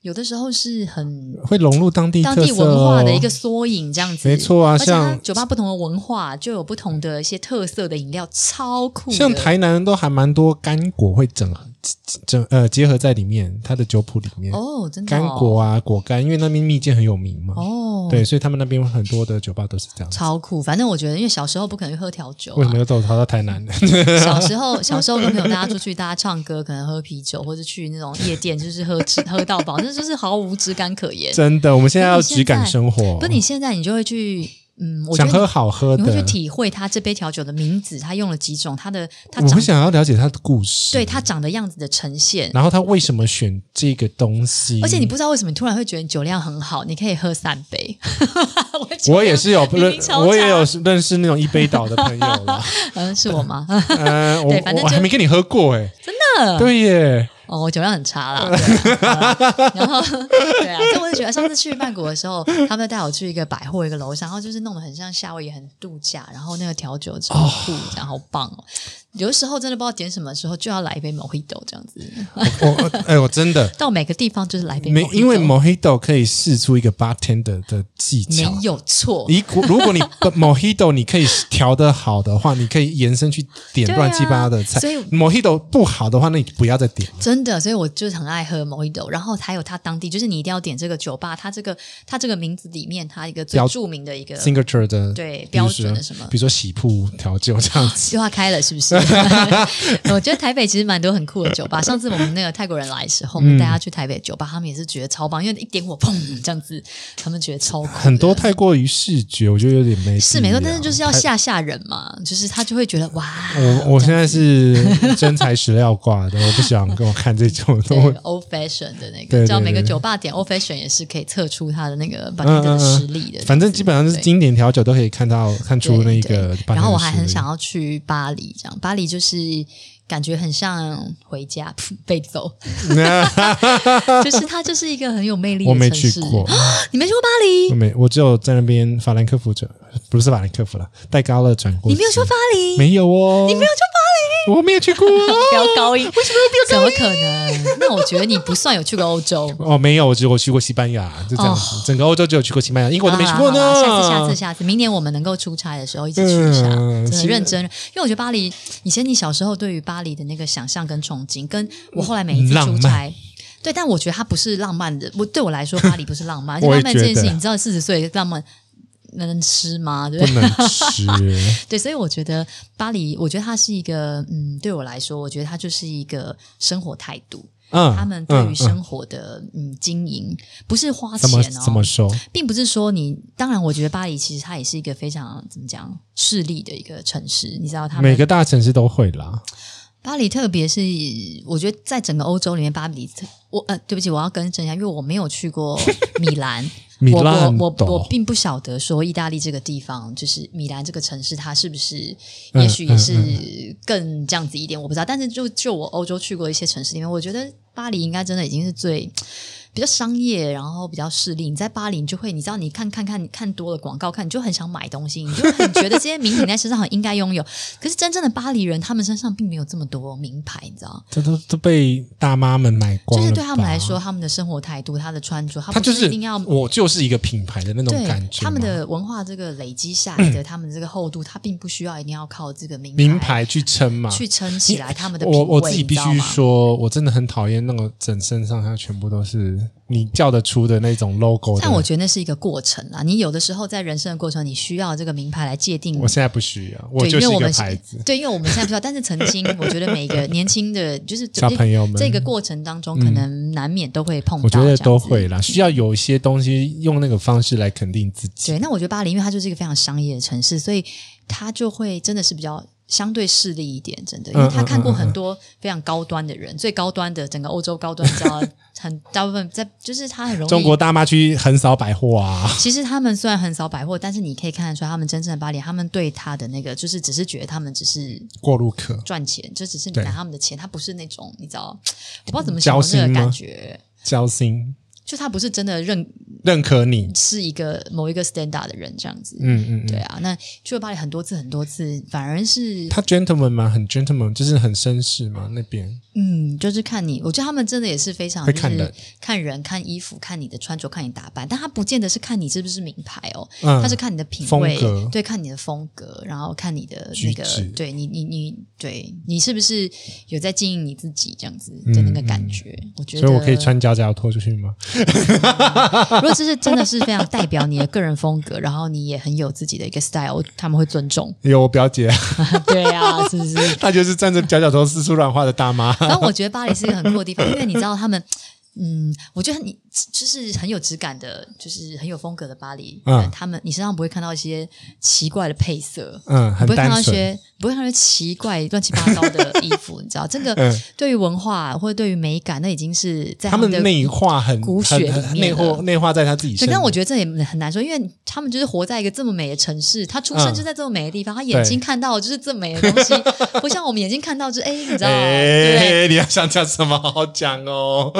Speaker 2: 有的时候是很。
Speaker 1: 会融入当地
Speaker 2: 当
Speaker 1: 特
Speaker 2: 地
Speaker 1: 色、
Speaker 2: 文
Speaker 1: 哦、
Speaker 2: 化的一个缩影，这样子
Speaker 1: 没错啊
Speaker 2: 而且它
Speaker 1: 像
Speaker 2: 酒吧不同的文化就有不同的一些特色的饮料，超酷的。
Speaker 1: 像台南人都还蛮多干果会整合整呃结合在里面，它的酒谱里面，
Speaker 2: 哦，真的、哦、
Speaker 1: 干果啊果干，因为那边蜜饯很有名嘛，
Speaker 2: 哦，
Speaker 1: 对，所以他们那边有很多的酒吧都是这样子。
Speaker 2: 超酷。反正我觉得，因为小时候不可能去喝调酒、
Speaker 1: 为
Speaker 2: 啊
Speaker 1: 什么，要走逃到台南呢？
Speaker 2: 小时候 小时候跟朋友大家出去，大家唱歌，可能喝啤酒，或者去那种夜店，就是喝吃喝到饱，那 就是毫无质感可言。
Speaker 1: 真的，我哦们现在
Speaker 2: 那
Speaker 1: 要
Speaker 2: 你现
Speaker 1: 举感
Speaker 2: 在
Speaker 1: 生活。
Speaker 2: 不，你现在你就会去，嗯，我觉
Speaker 1: 想
Speaker 2: 得
Speaker 1: 喝好喝
Speaker 2: 你你会去
Speaker 1: 的，
Speaker 2: 体会它这杯调酒的名字，它用了几种，它的它
Speaker 1: 我
Speaker 2: 长
Speaker 1: 会想要了解它的故事，
Speaker 2: 对，它长的样子的呈现。
Speaker 1: 然后他为什么选这个东西？
Speaker 2: 而且你不知道为什么你突然会觉得你酒量很好，你可以喝三 杯。我酒
Speaker 1: 我也
Speaker 2: 量
Speaker 1: 是有
Speaker 2: 明明
Speaker 1: 认，
Speaker 2: 超
Speaker 1: 我也
Speaker 2: 差
Speaker 1: 有认识那种一杯倒的朋友 啦。
Speaker 2: 嗯，是我吗？
Speaker 1: 嗯，我
Speaker 2: 对反正
Speaker 1: 我
Speaker 2: 就
Speaker 1: 还没跟你喝过哎，真的？对耶，
Speaker 2: 哦，我酒量很差啦。对啊好啦然后 对啊，所以我就觉得上次去曼谷的时候，他们带我去一个百货一个楼上，然后就是弄得很像夏威夷，很度假，然后那个调酒超酷，这样好棒哦。有的时候真的不知道点什么的时候，就要来一杯 Mojito 这样子。
Speaker 1: 我我哎，我真的
Speaker 2: 到每个地方就是来一杯
Speaker 1: 没，
Speaker 2: Mojito，
Speaker 1: 因为 Mojito 可以试出一个 bartender 的技巧
Speaker 2: 没。有错。
Speaker 1: 你如果你 Mojito 你可以调的好的话，你可以延伸去点
Speaker 2: 对啊
Speaker 1: 乱七八糟的菜。
Speaker 2: 所以
Speaker 1: Mojito 不好的话，那你不要再点了。
Speaker 2: 真的，所以我就是很爱喝 Mojito，然后还有它当地，就是你一定要点这个酒吧，它这个它这个名字里面它一个最
Speaker 1: 标
Speaker 2: 著名的一个
Speaker 1: Signature 的
Speaker 2: 对
Speaker 1: 比如
Speaker 2: 标
Speaker 1: 说
Speaker 2: 准的什么
Speaker 1: 比如说喜铺调酒这 样子。
Speaker 2: 计划开了是不 是？我觉得台北其实蛮多很酷的酒吧。上次我们那个泰国人来的时候，我们带他去台北酒吧，他们也是觉得超棒，因为一点火砰这样子，他们觉得超酷的。
Speaker 1: 很多太过于视觉，我觉得有点没
Speaker 2: 是
Speaker 1: 必
Speaker 2: 没错，
Speaker 1: 要
Speaker 2: 但是就是要
Speaker 1: 太
Speaker 2: 吓吓人嘛，就是他就会觉得哇，
Speaker 1: 我我现在 是真材实料挂的，我不想跟我看这种
Speaker 2: 对
Speaker 1: 东西。
Speaker 2: old fashion 的那
Speaker 1: 对
Speaker 2: 个，
Speaker 1: 对
Speaker 2: 知道每个
Speaker 1: 对
Speaker 2: 酒吧点 old fashion 也是可以测出他的那个
Speaker 1: 嗯
Speaker 2: bartender
Speaker 1: 嗯
Speaker 2: 的
Speaker 1: 嗯
Speaker 2: 实力 的。
Speaker 1: 反正基本上就是经典调酒都可以看到看出那
Speaker 2: 对
Speaker 1: 个
Speaker 2: 对。
Speaker 1: 八
Speaker 2: 然后我
Speaker 1: 点
Speaker 2: 还
Speaker 1: 十
Speaker 2: 很
Speaker 1: 的
Speaker 2: 想要去巴黎，这样巴黎就是感觉很像回家 噗被 揍，就是它就是一个很有魅力的
Speaker 1: 我
Speaker 2: 城市。
Speaker 1: 没去 过，
Speaker 2: 你没去过巴
Speaker 1: 我
Speaker 2: 黎？
Speaker 1: 没，我只有在那边法兰克福转，不是法兰克福了，戴高乐转过。
Speaker 2: 你没有去过巴黎？
Speaker 1: 没有哦，你没有去巴黎，我没有去过。
Speaker 2: 不要高音，为什么 要飙高音？怎么可能？ 那我觉得你不算有去过欧洲。
Speaker 1: 哦，没有，我只有去过西班牙，就这样子。整个欧洲只有去过西班牙，英国都没去过呢。
Speaker 2: 哦啊好啦好啦下次，下次，下次，明年我们能够出差的时候一起去一下，
Speaker 1: 嗯
Speaker 2: 真
Speaker 1: 是
Speaker 2: 的认真。因为我觉得巴黎，以前你小时候对于巴黎的那个想象跟憧憬，跟我后来每一次
Speaker 1: 浪
Speaker 2: 出
Speaker 1: 漫
Speaker 2: 差。对，但我觉得它不是浪漫的。我对我来说，巴黎不是浪漫。而且
Speaker 1: 我也
Speaker 2: 浪漫这件
Speaker 1: 觉
Speaker 2: 事
Speaker 1: 得
Speaker 2: 情，你知道，四十岁浪漫能吃吗？对
Speaker 1: 不
Speaker 2: 不对？
Speaker 1: 能 吃。
Speaker 2: 对，所以我觉得巴黎，我觉得它是一个，嗯，对我来说，我觉得它就是一个生活态度。
Speaker 1: 嗯，
Speaker 2: 他们对
Speaker 1: 嗯
Speaker 2: 于
Speaker 1: 嗯
Speaker 2: 生活的嗯经营，不是花
Speaker 1: 怎么
Speaker 2: 钱
Speaker 1: 怎
Speaker 2: 哦
Speaker 1: 么，说？
Speaker 2: 并不是说你。当然，我觉得巴黎其实它也是一个非常怎么讲势力的一个城市，你知道他
Speaker 1: 每
Speaker 2: 们
Speaker 1: 个大城市都会啦。
Speaker 2: 巴黎，特别是我觉得在整个欧洲里面，巴黎特我呃，对不起，我要更正一下，因为我没有去过米兰。
Speaker 1: 米
Speaker 2: 我
Speaker 1: 兰
Speaker 2: 我我
Speaker 1: 岛
Speaker 2: 我并不晓得说意大利这个地方，就是米兰这个城市，它是不是
Speaker 1: 嗯
Speaker 2: 也许也
Speaker 1: 嗯
Speaker 2: 是更这样子一点，我不知道。但是就就我欧洲去过一些城市里面，我觉得巴黎应该真的已经是最比较商业，然后比较势利。你在巴黎，你就会你知道，你看看看你看多了广告，看你就很想买东西，你就很觉得这些名品在身上很应该拥有。可是真正的巴黎人，他们身上并没有这么多名牌，你知道。
Speaker 1: 这都都被大妈们买光
Speaker 2: 就
Speaker 1: 了。
Speaker 2: 是对他们来，说，他们的生活态度、他的穿着，他
Speaker 1: 他
Speaker 2: 不
Speaker 1: 就是
Speaker 2: 一定要
Speaker 1: 我就是一个品牌的那种
Speaker 2: 对
Speaker 1: 感觉嘛。
Speaker 2: 他们的文化这个累积 下来的，他们的这个厚度，它并不需要一定要靠这个名
Speaker 1: 名牌去撑嘛。
Speaker 2: 去撑起来他们的品
Speaker 1: 我
Speaker 2: 味。
Speaker 1: 我自己
Speaker 2: 你
Speaker 1: 必
Speaker 2: 知道
Speaker 1: 须
Speaker 2: 吗，
Speaker 1: 说，我真的很讨厌那种整身上下全部都是是你叫得出的那种 logo 的。
Speaker 2: 但我觉得那是一个过程啊，你有的时候在人生的过程，你需要这个名牌来界定
Speaker 1: 我现在不需要，我
Speaker 2: 对，
Speaker 1: 就
Speaker 2: 因
Speaker 1: 是
Speaker 2: 为
Speaker 1: 一
Speaker 2: 我
Speaker 1: 个
Speaker 2: 们
Speaker 1: 牌子。
Speaker 2: 对，因为我们现在不知道，但是曾 经我觉得每个年轻的，就是
Speaker 1: 小朋友们嗯
Speaker 2: 这个过程当中，可能难免都会碰到，
Speaker 1: 我觉得都
Speaker 2: 这样子。嗯
Speaker 1: 会啦，需要有一些东西用那个方式来肯定自己。
Speaker 2: 对，那我觉得巴黎，因为它就是一个非常商业的城市，所以它就会真的是比较相对势利一点，真的，
Speaker 1: 嗯
Speaker 2: 因为他看过很多非常高端的人，最高端的整个欧洲高端，你知道，很大部分在就是他很容易
Speaker 1: 中国大妈区横扫百货啊，
Speaker 2: 其实他们虽然很少百货，但是你可以看得出来，他们真正的巴黎，他们对他的那个就是只是觉得他们只是
Speaker 1: 过路客。
Speaker 2: 赚钱，就只是
Speaker 1: 对
Speaker 2: 拿他们的钱，他不是那种你知道，我不知道怎么形
Speaker 1: 交
Speaker 2: 容这
Speaker 1: 心
Speaker 2: 个
Speaker 1: 吗
Speaker 2: 感觉，
Speaker 1: 交心，
Speaker 2: 就他不是真的认
Speaker 1: 认可你。
Speaker 2: 是一个某一个 stand up 的人这样子。
Speaker 1: 嗯嗯，
Speaker 2: 对啊，那去了巴黎很多次很多次，反而是
Speaker 1: 他 gentleman 嘛，很 gentleman，就是很绅士嘛。那边
Speaker 2: 嗯，就是看你，我觉得他们真的也是非常
Speaker 1: 会看
Speaker 2: 就是
Speaker 1: 人
Speaker 2: 看人、看衣服、看你的穿着、看你打扮，但他不见得是看你是不是名牌哦，
Speaker 1: 嗯
Speaker 2: 他是看你的品
Speaker 1: 风
Speaker 2: 味
Speaker 1: 格，
Speaker 2: 对，看你的风格，然后看你的
Speaker 1: 举
Speaker 2: 那个
Speaker 1: 止，
Speaker 2: 对你、你、你，对你是不是有在经营你自己这样子的那个感觉？我觉
Speaker 1: 嗯
Speaker 2: 得，
Speaker 1: 所以我可以穿脚脚拖出去吗？
Speaker 2: 如果这是真的是非常代表你的个人风格，然后你也很有自己的一个 style，他们会尊重。
Speaker 1: 有我表姐，
Speaker 2: 对啊，是不是？
Speaker 1: 她就是站着脚脚头四处乱画的大妈。
Speaker 2: 然后我觉得巴黎是一个很酷的地方，因为你知道他们，嗯，我觉得你就是很有质感的，就是很有风格的巴黎。
Speaker 1: 嗯
Speaker 2: 他们你身上不会看到一些奇怪的配色，
Speaker 1: 嗯，很
Speaker 2: 不会看到
Speaker 1: 单
Speaker 2: 一
Speaker 1: 纯。
Speaker 2: 些不会看到一些奇怪乱七八糟的衣服，你知道这个
Speaker 1: 嗯
Speaker 2: 对于文化或者对于美感，那已经是在
Speaker 1: 他们
Speaker 2: 的。
Speaker 1: 内化很
Speaker 2: 骨血
Speaker 1: 很很内
Speaker 2: 里面
Speaker 1: 化
Speaker 2: 了
Speaker 1: 内化在他自己身
Speaker 2: 对，
Speaker 1: 上。
Speaker 2: 但我觉得这也很难说，因为他们就是活在一个这么美的城市，他出生
Speaker 1: 嗯
Speaker 2: 就在这么美的地方，他眼
Speaker 1: 对
Speaker 2: 睛看到的就是这么美的东西，不像我们眼睛看到就是哎，你知道，对不对？
Speaker 1: 哎，你要想讲什么？好好讲 哦。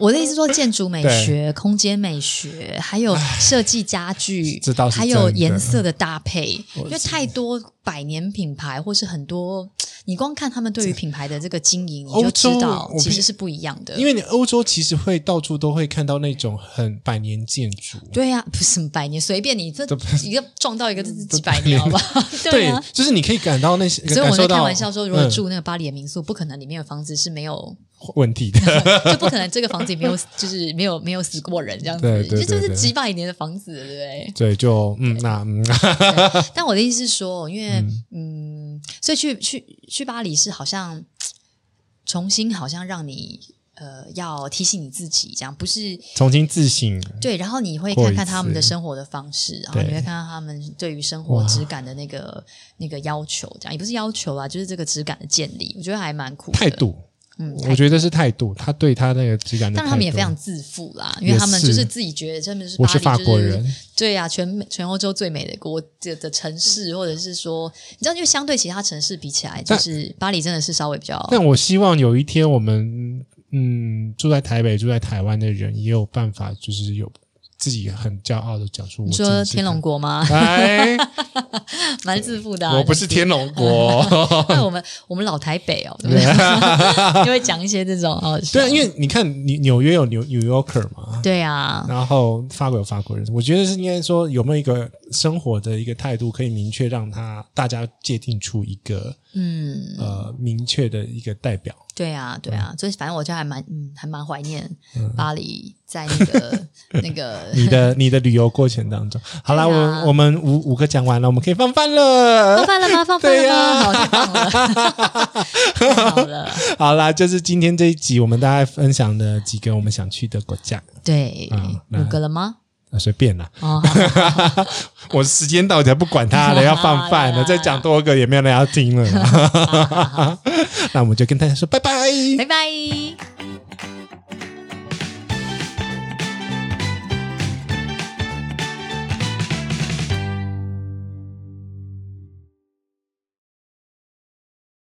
Speaker 2: 我的意思是说，建筑美学、空间美学，还有设计家具
Speaker 1: 这倒，是
Speaker 2: 还有颜色的搭配，
Speaker 1: 真的
Speaker 2: 因为太多百年品牌或是很多，你光看他们对于品牌的这个经营，你就知道
Speaker 1: 欧洲我
Speaker 2: 其
Speaker 1: 必
Speaker 2: 实是不一样的。
Speaker 1: 因
Speaker 2: 为
Speaker 1: 为你欧洲其实会到处都会看到那种很百年建筑，
Speaker 2: 对呀、不是什么百年，随便你这
Speaker 1: 这不
Speaker 2: 一个撞到一个这几百年，好吧？ 对啊。
Speaker 1: 就是你可以感到那些，
Speaker 2: 所以我
Speaker 1: 感
Speaker 2: 们在
Speaker 1: 受
Speaker 2: 开
Speaker 1: 到
Speaker 2: 玩笑说，如果
Speaker 1: 嗯
Speaker 2: 住那个巴黎的民宿，不可能里面的房子是没 有，
Speaker 1: 问 题的，
Speaker 2: 就不可能这个房子里没有， 就是没有没有死过人这样子，
Speaker 1: 对对对
Speaker 2: 就这
Speaker 1: 对
Speaker 2: 是几百年的房子，对不对？
Speaker 1: 对，就嗯，那嗯，
Speaker 2: 但我的意思是说，因为嗯所以去去去巴黎是好像重新，好像让你呃要提醒你自己，这样不是
Speaker 1: 重新自省，
Speaker 2: 对。然后你会
Speaker 1: 过
Speaker 2: 看
Speaker 1: 一
Speaker 2: 看他们的
Speaker 1: 次
Speaker 2: 生活的方式，然后
Speaker 1: 对
Speaker 2: 你会看到他们对于生活质感的那个那个要求，这样也不是要求啊，就是这个质感的建立，我觉得还蛮酷的
Speaker 1: 态。度，
Speaker 2: 嗯，
Speaker 1: 我
Speaker 2: 态度。
Speaker 1: 觉得是态度，他对他那个质感的态度。
Speaker 2: 但他们也非常自负啦，因为
Speaker 1: 也
Speaker 2: 他们就是是自己觉得他们就是
Speaker 1: 我
Speaker 2: 巴
Speaker 1: 是
Speaker 2: 黎
Speaker 1: 法
Speaker 2: 就是
Speaker 1: 国人，
Speaker 2: 对呀、全美全欧洲最美的国的的城市，或者是说，你知道，就相对其他城市比起来，就
Speaker 1: 但
Speaker 2: 是巴黎真的是稍微比较
Speaker 1: 但我希望有一天我们嗯住在台北、住在台湾的人也有办法，就是有自己很骄傲的讲出我
Speaker 2: 你
Speaker 1: 真
Speaker 2: 说
Speaker 1: 的是
Speaker 2: 天龙 国吗？
Speaker 1: 哎，
Speaker 2: 蛮自负的、啊。
Speaker 1: 我不是天龙国。
Speaker 2: 但是，那我们我们老台北哦，对不 对？就会讲一些这种哦，
Speaker 1: 对啊，因为你看，纽纽约有纽 New Yorker 嘛，
Speaker 2: 对啊，
Speaker 1: 然后法国有法国人，我觉得是应该说有没有一个生活的一个态度，可以明确让他大家界定出一个
Speaker 2: 嗯，
Speaker 1: 呃明确的一个代表。
Speaker 2: 对啊，对啊，所以反正我就还蛮嗯，还蛮怀念巴黎在 那个那个
Speaker 1: 嗯你的你的旅游过程当中，好啦，
Speaker 2: 对啊
Speaker 1: 我我们五五个讲完了，我们可以放饭了。
Speaker 2: 放饭了吗？放饭
Speaker 1: 对
Speaker 2: 了
Speaker 1: 呀
Speaker 2: 吗？好，太棒了， 太好了。
Speaker 1: 好啦，就是今天这一集，我们大概分享了几个我们想去的国家，
Speaker 2: 对
Speaker 1: 嗯，那
Speaker 2: 五个了吗？
Speaker 1: 啊、随便啦。
Speaker 2: 哦，好
Speaker 1: 我时间到，我才不管他了，要放饭了，再讲多个也 没有人要听了。那我们就跟大家说拜拜。
Speaker 2: 拜拜。